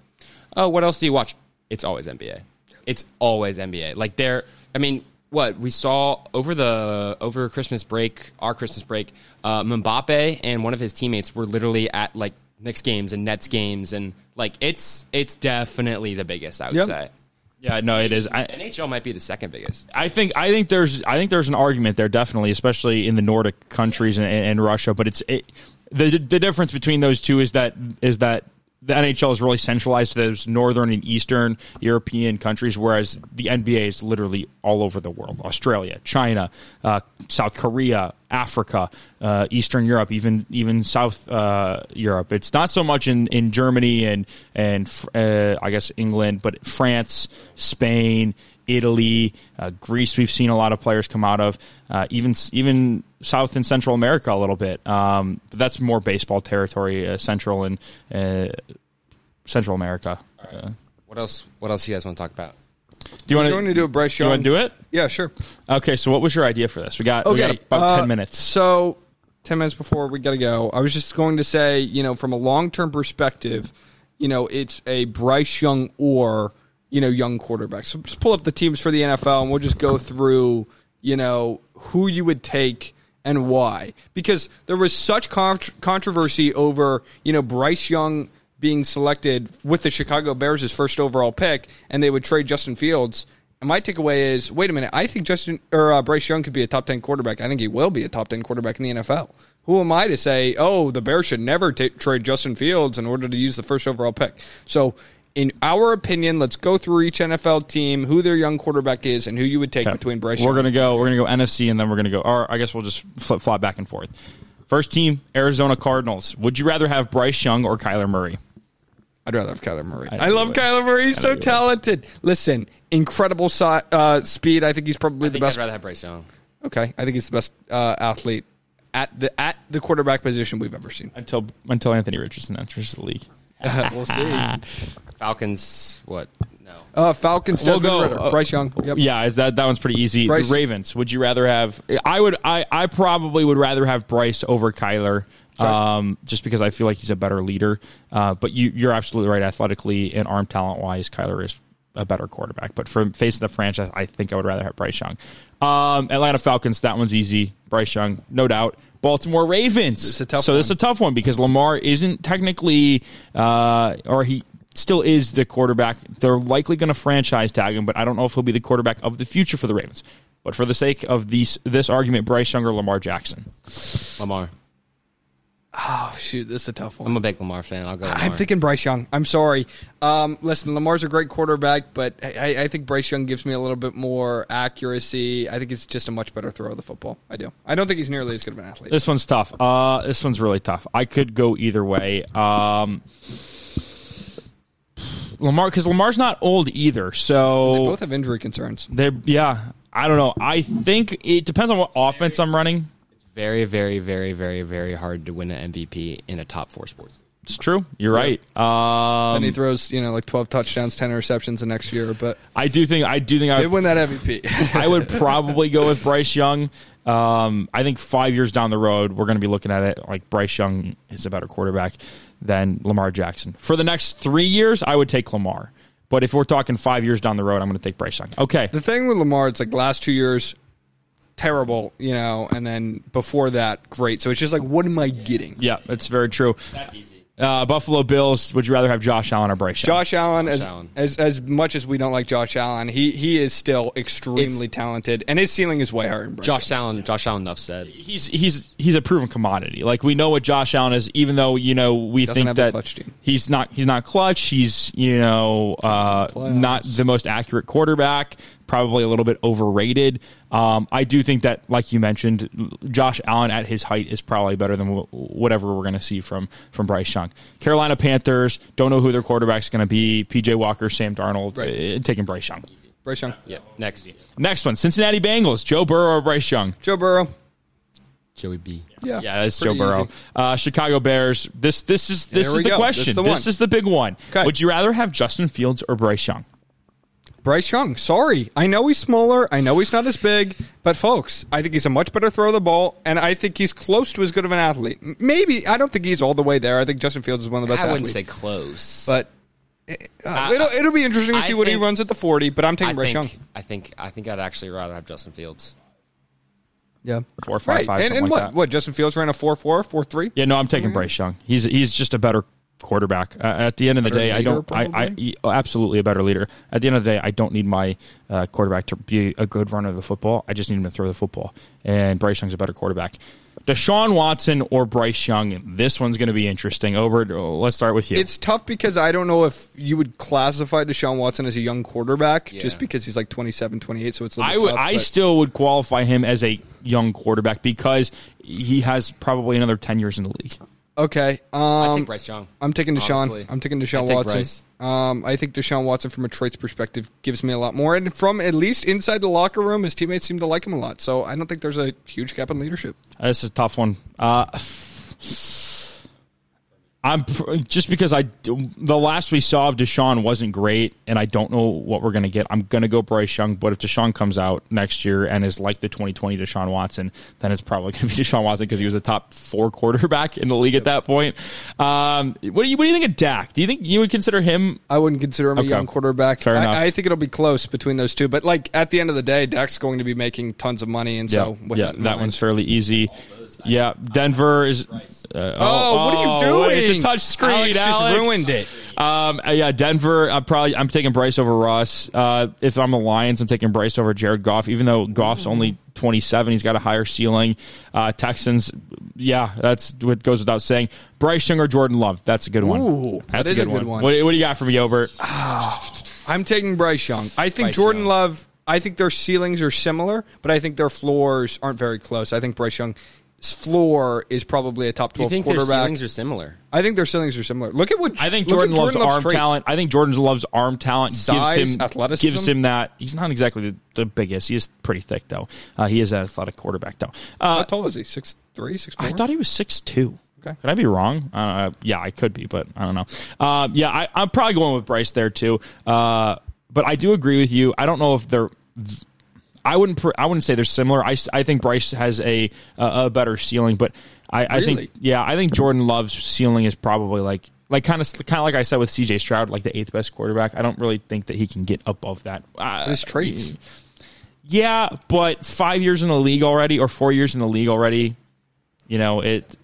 S3: oh, what else do you watch? It's always NBA. It's always NBA. Like they're, I mean, what we saw over the over Christmas break, our Christmas break, uh, Mbappe and one of his teammates were literally at like Knicks games and Nets games, and like it's it's definitely the biggest. I would
S2: Yeah.
S3: say
S1: yeah, no, it is. I,
S3: NHL might be the second biggest.
S1: I think I think there's I think there's an argument there definitely, especially in the Nordic countries and, and, and Russia. But it's it, the the difference between those two is that is that the NHL is really centralized to those northern and eastern European countries, whereas the NBA is literally all over the world: Australia, China, uh, South Korea, Africa, uh, Eastern Europe, even even South uh, Europe. It's not so much in, in Germany and and uh, I guess England, but France, Spain, Italy, uh, Greece. We've seen a lot of players come out of uh, even even South and Central America a little bit. Um, but that's more baseball territory, uh, Central and uh, Central America. Uh,
S3: What else? What else you guys want to talk about?
S1: do you
S2: We're going
S1: want
S2: to do a Bryce
S1: Do you
S2: Young.
S1: want to do it?
S2: Yeah, sure.
S1: Okay, so what was your idea for this? We got we got about
S2: uh,
S1: ten minutes.
S2: So, 10 minutes before we got to go, I was just going to say, you know, from a long term perspective, you know, it's a Bryce Young or, you know, young quarterback. So just pull up the teams for the NFL and we'll just go through, you know, who you would take and why. Because there was such con- controversy over, you know, Bryce Young being selected with the Chicago Bears as first overall pick and they would trade Justin Fields. And my takeaway is, wait a minute. I think Justin or uh, Bryce Young could be a top ten quarterback. I think he will be a top ten quarterback in the NFL. Who am I to say? Oh, the Bears should never ta trade Justin Fields in order to use the first overall pick. So, in our opinion, let's go through each NFL team, who their young quarterback is, and who you would take between Bryce.
S1: we're
S2: Young.
S1: gonna go. We're gonna go NFC, and then we're gonna go. Or I guess we'll just flip flop back and forth. First team, Arizona Cardinals. Would you rather have Bryce Young or Kyler Murray?
S2: I'd rather have Kyler Murray.
S1: know
S2: I,
S1: you
S2: love
S1: would.
S2: Kyler Murray. He's so
S1: would.
S2: talented. Listen, incredible si- uh, speed. I think he's probably
S3: I
S2: the
S3: think
S2: best.
S3: I'd rather have Bryce Young.
S2: okay, I think he's the best uh, athlete at the at the quarterback position we've ever seen.
S1: Until until Anthony Richardson enters the league.
S2: (laughs) we'll see.
S1: (laughs)
S3: Falcons. What? No.
S2: Uh, Falcons.
S1: We'll
S2: Desmond
S1: go,
S2: Ritter,
S1: uh,
S2: Bryce Young. Yep.
S1: Yeah, is that that one's pretty easy.
S2: Bryce.
S1: The Ravens. Would you rather have? I would. I I probably would rather have Bryce over Kyler, um, just because I feel like he's a better leader. Uh, but you you're absolutely right. Athletically and arm talent wise, Kyler is a better quarterback. But for face of the franchise, I think I would rather have Bryce Young. Um, Atlanta Falcons. That one's easy. Bryce Young, no doubt. Baltimore Ravens.
S2: is a tough
S1: so this is a tough one because Lamar isn't technically, uh, or he still is the quarterback. They're likely going to franchise tag him, but I don't know if he'll be the quarterback of the future for the Ravens. But for the sake of these, this argument, Bryce Young or Lamar Jackson?
S3: Lamar.
S2: Oh, shoot, this is a tough one.
S3: I'm a big Lamar fan. I'll go. Lamar.
S2: I'm thinking Bryce Young. I'm sorry. Um, listen, Lamar's a great quarterback, but I, I- I think Bryce Young gives me a little bit more accuracy. I think he's just a much better thrower of the football. I do. I don't think he's nearly as good of an athlete.
S1: This one's tough. Uh, this one's really tough. I could go either way. Um, Lamar, because Lamar's not old either, so
S2: Both have injury concerns.
S1: they yeah. I don't know. I think it depends on what offense I'm running.
S3: very, very, very, very, very hard to win an MVP in a top four sports.
S1: It's true. You're right. Um,
S2: and he throws, you know, like 12 touchdowns, 10 interceptions the next year, but
S1: I do think I do think I
S2: did win that
S1: (laughs)
S2: MVP.
S1: I would probably go with Bryce Young. Um, I think five years down the road, we're going to be looking at it like Bryce Young is a better quarterback than Lamar Jackson. For the next three years, I would take Lamar. But if we're talking five years down the road, I'm going to take Bryce Young. Okay.
S2: (laughs) the thing with Lamar, it's like last two years, terrible, you know, and then before that, great. So it's just like, what am I getting?
S1: Yeah, that's very true.
S3: That's easy.
S1: Uh, Buffalo Bills, would you rather have Josh Allen or Bryce Young?
S2: Josh Allen, as,
S3: Allen.
S2: as as much as we don't like Josh Allen, he he is still extremely
S3: It's-
S2: talented, and his ceiling is way higher. Than Bryce
S3: Josh
S2: Young's.
S3: Allen. Josh Allen. Enough said.
S1: he's he's he's a proven commodity. Like we know what Josh Allen is, even though you know we
S2: Doesn't
S1: think
S2: have the
S1: that
S2: clutch gene.
S1: he's not he's not clutch. He's you know uh,
S2: Playoffs.
S1: not the most accurate quarterback. Probably a little bit overrated. Um, I do think that, like you mentioned, Josh Allen at his height is probably better than wh- whatever we're going to see from from Bryce Young. Carolina Panthers don't know who their quarterback's going to be. PJ Walker, Sam Darnold,
S2: Right.
S1: uh, taking Bryce Young.
S2: Bryce Young,
S3: Yep. Next,
S1: Next one, Cincinnati Bengals, Joe Burrow or Bryce Young.
S2: Joe Burrow,
S3: Joey B.
S2: yeah,
S1: Yeah, that's Joe
S2: pretty
S1: Burrow.
S2: easy.
S1: Uh, Chicago Bears. This this is this
S2: There
S1: is
S2: we
S1: the
S2: go. This is
S1: question.
S2: the
S1: this
S2: one.
S1: is the big one.
S2: Okay.
S1: Would you rather have Justin Fields or Bryce Young?
S2: Bryce Young. Sorry, I know he's smaller, I know he's not as big, but folks, I think he's a much better throw of the ball, and I think he's close to as good of an athlete. M- Maybe I don't think he's all the way there. I think Justin Fields is one of the best.
S3: I wouldn't
S2: athletes,
S3: say close.
S2: but uh, it'll it'll be interesting to
S3: I
S2: see what he
S3: think-
S2: runs at the forty. But I'm taking
S3: I
S2: Bryce
S3: think,
S2: Young.
S3: I think. I think. I'd actually rather have Justin Fields.
S2: Yeah,
S1: Four, five,
S2: right.
S1: five,
S2: and
S1: something
S2: and
S1: like
S2: what Mm-hmm.
S1: that.
S2: what Justin Fields ran a four four four three.
S1: Yeah, no, I'm taking Bryce Young. He's he's just a better quarterback. Uh, at the end of the
S2: Better
S1: day, I don't.
S2: leader,
S1: I, I
S2: probably?
S1: oh, absolutely a better leader. At the end of the day, I don't need my uh, quarterback to be a good runner of the football. I just need him to throw the football. And Bryce Young's a better quarterback. Deshaun Watson or Bryce Young. This one's going to be interesting. Over. Let's start with you.
S2: It's tough because I don't know if you would classify Deshaun Watson as a young quarterback just
S3: Yeah.
S2: because he's like 27, 28, so it's a little
S1: I would.
S2: tough,
S1: I
S2: but-
S1: still would qualify him as a young quarterback because he has probably another ten years in the league.
S2: Okay. Um,
S3: I take Bryce Young.
S2: I'm taking Deshaun.
S3: honestly.
S2: I'm taking Deshaun
S3: I take
S2: Watson.
S3: Bryce.
S2: Um, I think Deshaun Watson, from a traits perspective, gives me a lot more. And from at least inside the locker room, his teammates seem to like him a lot. So I don't think there's a huge gap in leadership.
S1: Uh, This is a tough one. Uh, (sighs) I'm pr- just because I the last we saw of Deshaun wasn't great, and I don't know what we're gonna get. I'm gonna go Bryce Young, but if Deshaun comes out next year and is like the 2020 Deshaun Watson, then it's probably (laughs) gonna be Deshaun Watson because he was a top four quarterback in the league at that point. Um, what do you what do you think of Dak? Do you think you would consider him
S2: I wouldn't consider him
S1: Okay.
S2: a young quarterback.
S1: Fair
S2: I,
S1: enough.
S2: I think it'll be close between those two. But like at the end of the day, Dak's going to be making tons of money, and so with
S1: yeah,
S2: that, in
S1: that
S2: mind-
S1: one's fairly easy. Yeah, Denver is. uh,
S2: Oh, what are you
S1: oh, It's
S2: doing?
S1: a touch screen.
S2: Alex just
S1: Alex.
S2: ruined it.
S1: Um, uh, yeah, Denver. I'm probably I'm taking Bryce over Russ. Uh, if I'm the Lions, I'm taking Bryce over Jared Goff. Even though Goff's only 27, he's got a higher ceiling. Uh, Texans. Yeah, that's what goes without saying. Bryce Young or Jordan Love. That's a good one.
S2: Ooh,
S1: that's
S2: that is a good
S1: What,
S2: one.
S1: what do you got for me, Obert?
S2: I'm taking Bryce Young. I think
S3: Bryce
S2: Jordan
S3: Young.
S2: Love. I think their ceilings are similar, but I think their floors aren't very close. I think Bryce Young's floor is probably a top
S3: You
S2: twelve
S3: think their
S2: quarterback.
S3: ceilings are similar?
S2: I think their ceilings are similar. Look at what
S1: I think
S2: look at
S1: Jordan, loves arm
S2: traits.
S1: talent. I think Jordan loves arm talent. gives
S2: Size,
S1: him
S2: athleticism.
S1: Gives him that. He's not exactly the, the biggest. He is pretty thick though. Uh, he is an athletic quarterback though. Uh,
S2: How tall is he? Six three, six four.
S1: I thought he was six two.
S2: Okay.
S1: Could I be wrong? Uh, yeah, I could be, but I don't know. Um, yeah, I, I'm probably going with Bryce there too. Uh, but I do agree with you. I don't know if they're. I wouldn't. pr- I wouldn't say they're similar. I, s- I think Bryce has a a, a better ceiling, but I, I
S2: Really?
S1: think yeah, I think Jordan Love's ceiling is probably like like kind of kind of like I said with C.J. Stroud, like the eighth best quarterback. I don't really think that he can get above that. Uh,
S2: his traits.
S1: yeah, but five years in the league already, or four years in the league already. You know it.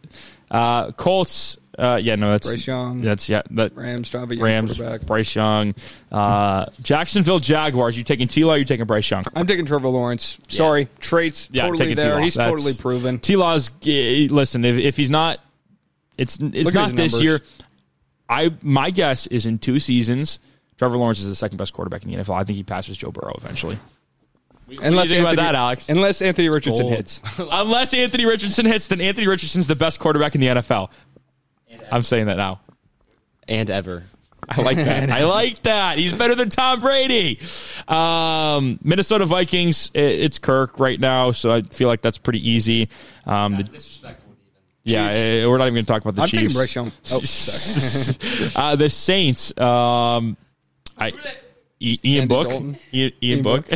S1: Uh, Colts. Uh, yeah, no, that's
S2: Bryce Young.
S1: That's yeah. That
S2: Rams, Java, young
S1: Rams.
S2: quarterback.
S1: Bryce Young. Uh, Jacksonville Jaguars. You taking T Law? You taking Bryce Young?
S2: I'm taking Trevor Lawrence. Sorry, traits
S1: Yeah,
S2: totally
S1: taking
S2: there.
S1: T-Law.
S2: He's
S1: That's-
S2: totally proven.
S1: T Law's. Listen, if, if he's not, it's it's
S2: at
S1: not
S2: his
S1: this
S2: numbers.
S1: year. I my guess is in two seasons. Trevor Lawrence is the second best quarterback in the NFL. I think he passes Joe Burrow eventually.
S2: Unless
S1: you think about
S2: Anthony,
S1: that, Alex?
S2: Unless Anthony Richardson
S1: Bold.
S2: hits.
S1: Unless Anthony Richardson hits, then Anthony Richardson's the best quarterback in the NFL. I'm saying that now.
S3: And ever.
S1: I like that. I like that. He's better than Tom Brady. Um, Minnesota Vikings. i- it's Kirk right now, so I feel like that's pretty easy. Um, the-
S3: Disrespectful.
S1: yeah, eh, we're not even going to talk about the
S2: I'm taking
S1: Chiefs.
S2: Bryce Young. Oh, sorry.
S1: (laughs) uh, the Saints. Um, I, I- Ian
S2: Andy
S1: Book. E,
S2: Dalton.
S1: Ian, Ian Book.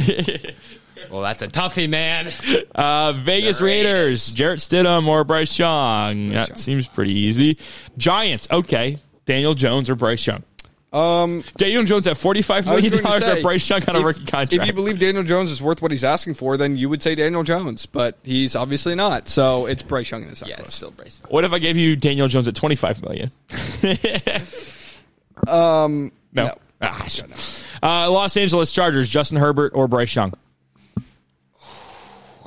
S3: Well, that's a toughie, man. (laughs)
S1: Uh, Vegas Raiders, Jarrett Stidham or Bryce Young. that seems pretty easy. Giants, okay. Daniel Jones or Bryce Young.
S2: Um,
S1: Daniel Jones at forty-five
S2: I was
S1: million
S2: going
S1: dollars
S2: to
S1: or
S2: say,
S1: Bryce Young on a
S2: if-
S1: rookie contract.
S2: If you believe Daniel Jones is worth what he's asking for, then you would say Daniel Jones, but he's obviously not. So it's Bryce Young in this.
S3: Yeah, it's still Bryce.
S1: what if I gave you Daniel Jones at twenty-five million?
S2: (laughs) Um,
S1: No.
S2: No.
S1: Ah, sh- uh, Los Angeles Chargers, Justin Herbert or Bryce Young.
S3: I'm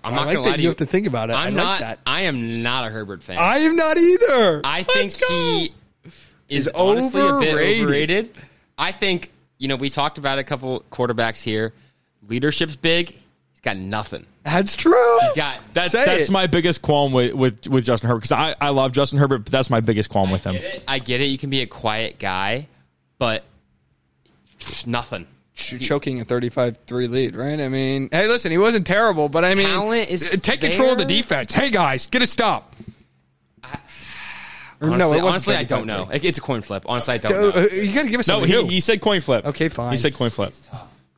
S2: I
S3: not
S2: like
S3: gonna lie
S2: that
S3: to
S2: you
S3: you.
S2: have to think about it. I
S3: I'm
S2: like
S3: not.
S2: that.
S3: I am not a Herbert fan.
S2: I am not either.
S3: I think
S2: go.
S3: he is honestly a bit
S2: overrated.
S3: overrated. I think you know we talked about a couple quarterbacks here. Leadership's big. He's got nothing.
S2: That's true.
S3: He's got (laughs)
S1: That,
S2: Say
S1: that's
S2: it.
S1: my biggest qualm with, with, with Justin Herbert because I, I love Justin Herbert, but that's my biggest qualm with him.
S3: Get it? I get it. You can be a quiet guy, but pff, nothing.
S2: Ch- choking a 35-3 lead, right? I mean, hey, listen, he wasn't terrible, but I mean,
S3: Talent is
S2: uh, take control of the
S3: there.
S2: defense. Hey guys, get a stop. Or
S3: Honestly,
S2: wasn't
S3: honestly I don't know.
S2: 35-3.
S3: It- It's a coin flip. Honestly, I don't
S2: Uh, uh,
S3: know.
S2: you got to give us
S1: No,
S2: something
S1: he,
S2: new.
S1: he said coin flip.
S2: Okay, fine.
S1: He said coin flip.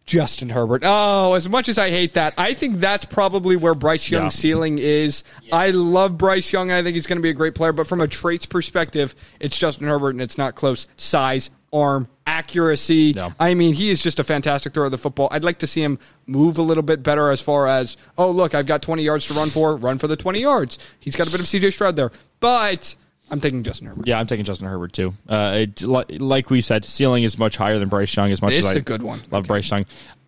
S2: Justin Herbert. Oh, as much as I hate that, I think that's probably where Bryce Young's
S1: Yeah.
S2: ceiling is. I love Bryce Young. I think he's going to be a great player, but from a traits perspective, it's Justin Herbert and it's not close. Size, arm, accuracy.
S1: No.
S2: I mean, he is just a fantastic thrower of the football. I'd like to see him move a little bit better as far as, oh, look, I've got 20 yards to run for, run for the 20 yards. He's got a bit of CJ Stroud there. But I'm taking Justin Herbert.
S1: Yeah, I'm taking Justin Herbert too. Uh, it, li- like we said, ceiling is much higher than Bryce Young. As much
S2: This
S1: as
S2: is
S1: I
S2: a good one.
S1: Love Bryce Young.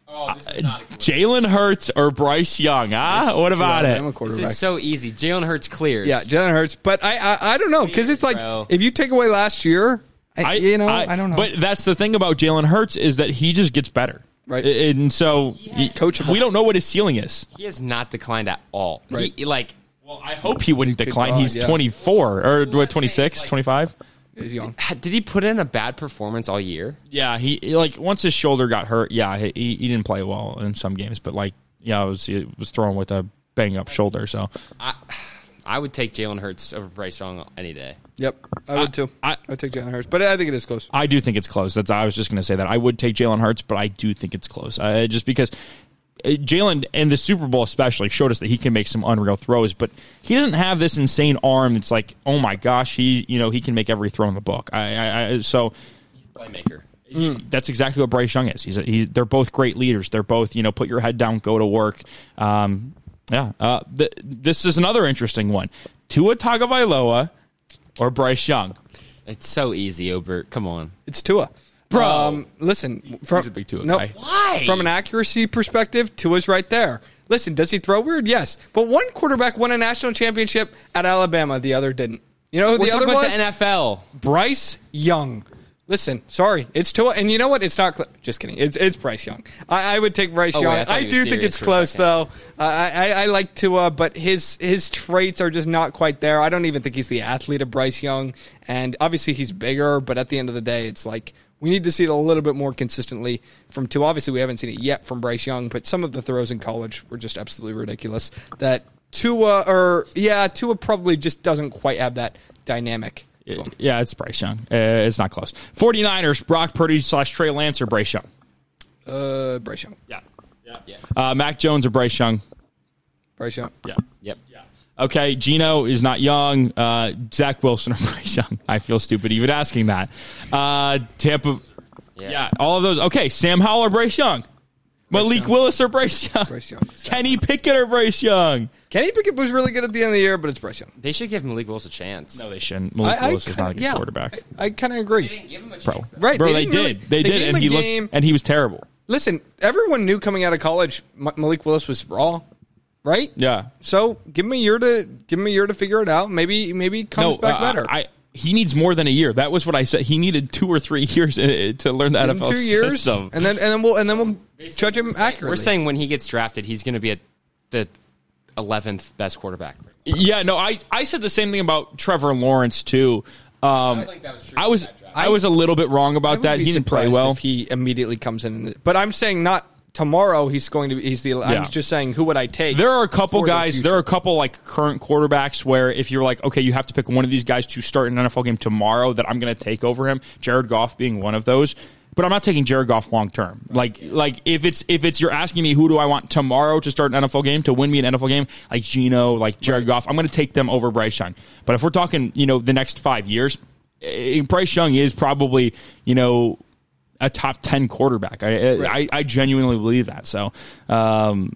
S3: Oh, this is not.
S1: Jalen Hurts or Bryce Young? Ah, what about
S2: I'm a
S1: it?
S3: This
S2: quarterback.
S3: is so easy. Jalen Hurts clears.
S2: yeah, Jalen Hurts. But I, I, I don't know because it's like
S3: Bro.
S2: if you take away last year, I, you know, I, don't know.
S1: But that's the thing about Jalen Hurts is that he just gets better,
S2: Right.
S1: A- And so,
S3: has-
S1: coachable. We don't know what his ceiling is.
S3: he has not declined at all.
S2: Right.
S3: He, like
S1: Well, I hope he wouldn't decline.
S2: God,
S1: He's
S2: yeah.
S1: 24 or
S3: saying
S1: what,
S3: is,
S1: 26,
S3: like-
S1: 25.
S2: He's young.
S3: ha- did he put in a bad performance all year?
S1: Yeah, he he, like once his shoulder got hurt. Yeah, he, he he didn't play well in some games, but like yeah, it was it was thrown with a bang up shoulder. So
S3: I would take Jalen Hurts over Bryce Young any day.
S2: Yep, I would too.
S1: I-
S2: I, would take Jalen Hurts, but I think it is close.
S1: I do think it's close. That's I was just going to say that I would take Jalen Hurts, but I do think it's close. Uh, just because uh, Jalen and the Super Bowl especially showed us that he can make some unreal throws, but he doesn't have this insane arm. It's like oh my gosh, he you know he can make every throw in the book. I, I, I so
S3: Playmaker.
S1: that's exactly what Bryce Young is. He's a, he, they're both great leaders. They're both you know put your head down, go to work. Um, yeah, uh, th- this is another interesting one. Tua Tagovailoa or Bryce Young?
S3: It's so easy, Obert. Come on.
S2: It's Tua, Um,
S3: Bro.
S2: listen, from,
S1: He's a big Tua guy.
S3: Why?
S2: From an accuracy perspective, Tua's right there. Listen, does he throw weird? Yes, but one quarterback won a national championship at Alabama. The other didn't. You know who
S3: We're
S2: the other
S3: talking about
S2: was?
S3: the NFL.
S2: Bryce Young. Listen, sorry, it's Tua, and you know what? It's not. Cl- just kidding. It's it's Bryce Young. I, I would take Bryce
S3: Oh, wait,
S2: Young.
S3: I thought
S2: I,
S3: you were
S2: do think
S3: serious
S2: it's
S3: for a
S2: close
S3: second.
S2: though. I, I I like Tua, but his his traits are just not quite there. I don't even think he's the athlete of Bryce Young, and obviously he's bigger. But at the end of the day, it's like we need to see it a little bit more consistently from Tua. Obviously, we haven't seen it yet from Bryce Young, but some of the throws in college were just absolutely ridiculous. That Tua or yeah, Tua probably just doesn't quite have that dynamic. to him.
S1: Yeah, it's Bryce Young. Uh, it's not close. 49ers, Brock Purdy slash Trey Lance or Bryce Young?
S2: Uh, Bryce Young.
S1: Yeah.
S3: Yeah.
S1: Uh, Mac Jones or Bryce Young?
S2: Bryce Young.
S1: Yeah.
S3: Yep.
S1: Okay, Gino is not young. Uh, Zach Wilson or (laughs) Bryce Young? I feel stupid even asking that. Uh, Tampa.
S3: Yeah.
S1: Yeah, all of those. Okay, Sam Howell or Bryce Young? Malik Willis or Bryce Young?
S2: Bryce Young.
S1: Kenny Pickett or Bryce Young?
S2: Kenny Pickett was really good at the end of the year, but it's Bryce Young.
S3: They should give Malik Willis a chance.
S1: No, they shouldn't. Malik Willis is not a good
S2: yeah,
S1: quarterback.
S2: I, I kind of agree.
S3: didn't give him a
S1: Bro,
S3: chance. though.
S2: Right,
S1: Bro,
S2: they
S1: they,
S2: didn't
S1: did.
S2: really-
S1: they
S2: they
S1: did,
S2: gave him
S1: and
S2: a
S1: he looked,
S2: game.
S1: and he was terrible.
S2: Listen, everyone knew coming out of college Ma- Malik Willis was raw, right?
S1: Yeah.
S2: So give him a year to give him a year to figure it out. Maybe maybe he comes back
S1: uh,
S2: better.
S1: I he needs more than a year. That was what I said. He needed two or three (laughs) years uh, to learn the
S2: Give him
S1: NFL
S2: two years,
S1: system.
S2: and then and then we'll and then we'll judge him accurately.
S3: We're saying when he gets drafted, he's going to be at the 11th best quarterback.
S1: yeah, no, I I said the same thing about Trevor Lawrence too. Um, I,
S3: think that was
S1: was
S3: true with that draft.
S1: I was a little bit wrong
S2: I
S1: about
S2: wouldn't
S1: that.
S2: be
S1: He didn't play
S2: surprised
S1: well.
S2: If he immediately comes in, but I'm saying not tomorrow. He's going to. be He's the.
S1: Yeah.
S2: I'm just saying who would I take?
S1: there are a couple
S2: for the
S1: guys. There
S2: future?
S1: are a couple like current quarterbacks where if you're like, okay, you have to pick one of these guys to start an NFL game tomorrow, that I'm going to take over him. Jared Goff being one of those. But I'm not taking Jared Goff long term. Like, like if it's if it's you're asking me who do I want tomorrow to start an NFL game to win me an NFL game, like Gino, like Jared Goff, I'm going to take them over Bryce Young. But if we're talking, you know, the next five years, eh, Bryce Young is probably you know a top ten quarterback. I I, I genuinely believe that. So. Um,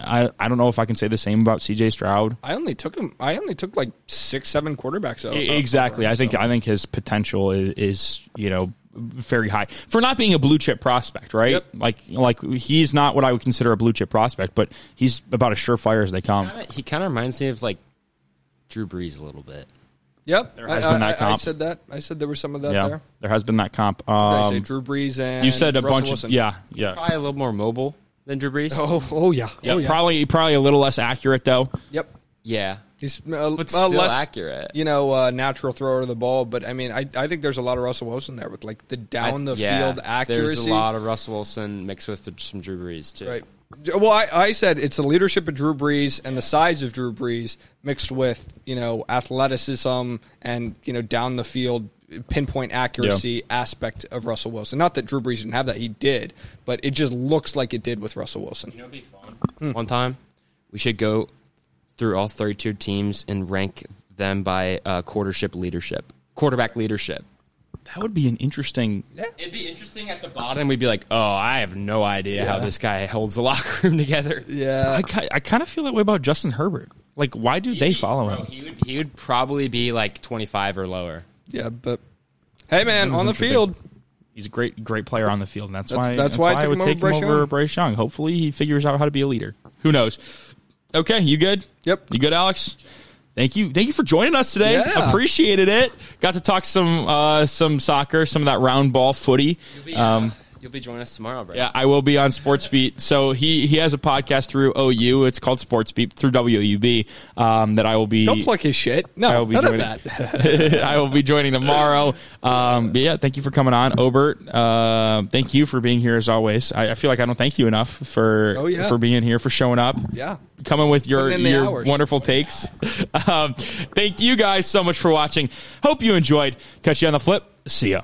S1: I, I don't know if I can say the same about CJ Stroud.
S2: I only took him. I only took like six, seven quarterbacks. Out,
S1: E, exactly. I think I think his potential is, is you know very high for not being a blue chip prospect, right?
S2: Yep.
S1: Like like he's not what I would consider a blue chip prospect, but he's about as surefire as they come.
S3: He kind of reminds me of like Drew Brees a little bit.
S2: Yep,
S1: has
S2: I,
S1: been
S2: I-
S1: that
S2: I- I
S1: comp.
S2: said that. I said there was some of that
S1: Yeah,
S2: there.
S1: there has been that comp.
S2: I say
S1: Um,
S2: Drew Brees and
S1: you said a
S2: Russell
S1: bunch
S2: Wilson.
S1: of yeah yeah.
S3: Probably a little more mobile than Drew Brees.
S2: Oh, oh yeah.
S1: Yeah,
S2: Oh yeah.
S1: probably probably a little less accurate though.
S2: yep.
S3: Yeah.
S2: He's uh,
S3: But
S2: uh,
S3: still
S2: less
S3: accurate.
S2: You know, uh, natural thrower of the ball, but I mean, I, I think there's a lot of Russell Wilson there with like the down the
S3: Yeah.
S2: field accuracy.
S3: There's a lot of Russell Wilson mixed with the- some Drew Brees, too.
S2: Right. Well, I, I said it's the leadership of Drew Brees and the size of Drew Brees mixed with you know athleticism and you know down the field pinpoint accuracy aspect of Russell Wilson. Not that Drew Brees didn't have that; he did, but it just looks like it did with Russell Wilson.
S3: You know, it'd be fun.
S1: Hmm.
S3: One time, we should go through all 32 teams and rank them by uh, quartership leadership, quarterback leadership.
S1: That would be an interesting.
S3: It'd be interesting at the bottom. We'd be like, oh, I have no idea how this guy holds the (laughs) locker room together.
S2: Yeah,
S1: I, ki- I kind of feel that way about Justin Herbert. Like, why do they follow him?
S3: He would, he would probably be like 25 or lower.
S2: Yeah, but hey, man, on the field,
S1: He's a great, great player on the field, and that's,
S2: That's-
S1: why
S2: that's why I took
S1: I would
S2: him over
S1: take him
S2: Bryce
S1: over
S2: Young.
S1: Bryce Young. Hopefully, he figures out how to be a leader. Who knows? Okay, you good?
S2: Yep.
S1: You good, Alex? Thank you, thank you for joining us today.
S2: Yeah.
S1: Appreciated it. Got to talk some uh, some soccer, some of that round ball footy. Um,
S3: you'll be joining us tomorrow, bro.
S1: yeah, I will be on Sports Beat. So he he has a podcast through OU. It's called Sports Beat through WUB. Um, that I will be.
S2: don't pluck his shit.
S1: I
S2: No,
S1: will be
S2: none of
S1: joining.
S2: that.
S1: (laughs) I will be joining tomorrow. Um, but yeah, thank you for coming on, Obert. Uh, thank you for being here as always. I, I feel like I don't thank you enough for
S2: Oh, yeah.
S1: for being here for showing up.
S2: Yeah.
S1: coming with your
S2: Putting in the
S1: your
S2: hours.
S1: wonderful takes. (laughs) um, thank you guys so much for watching. Hope you enjoyed. Catch you on the flip. See ya.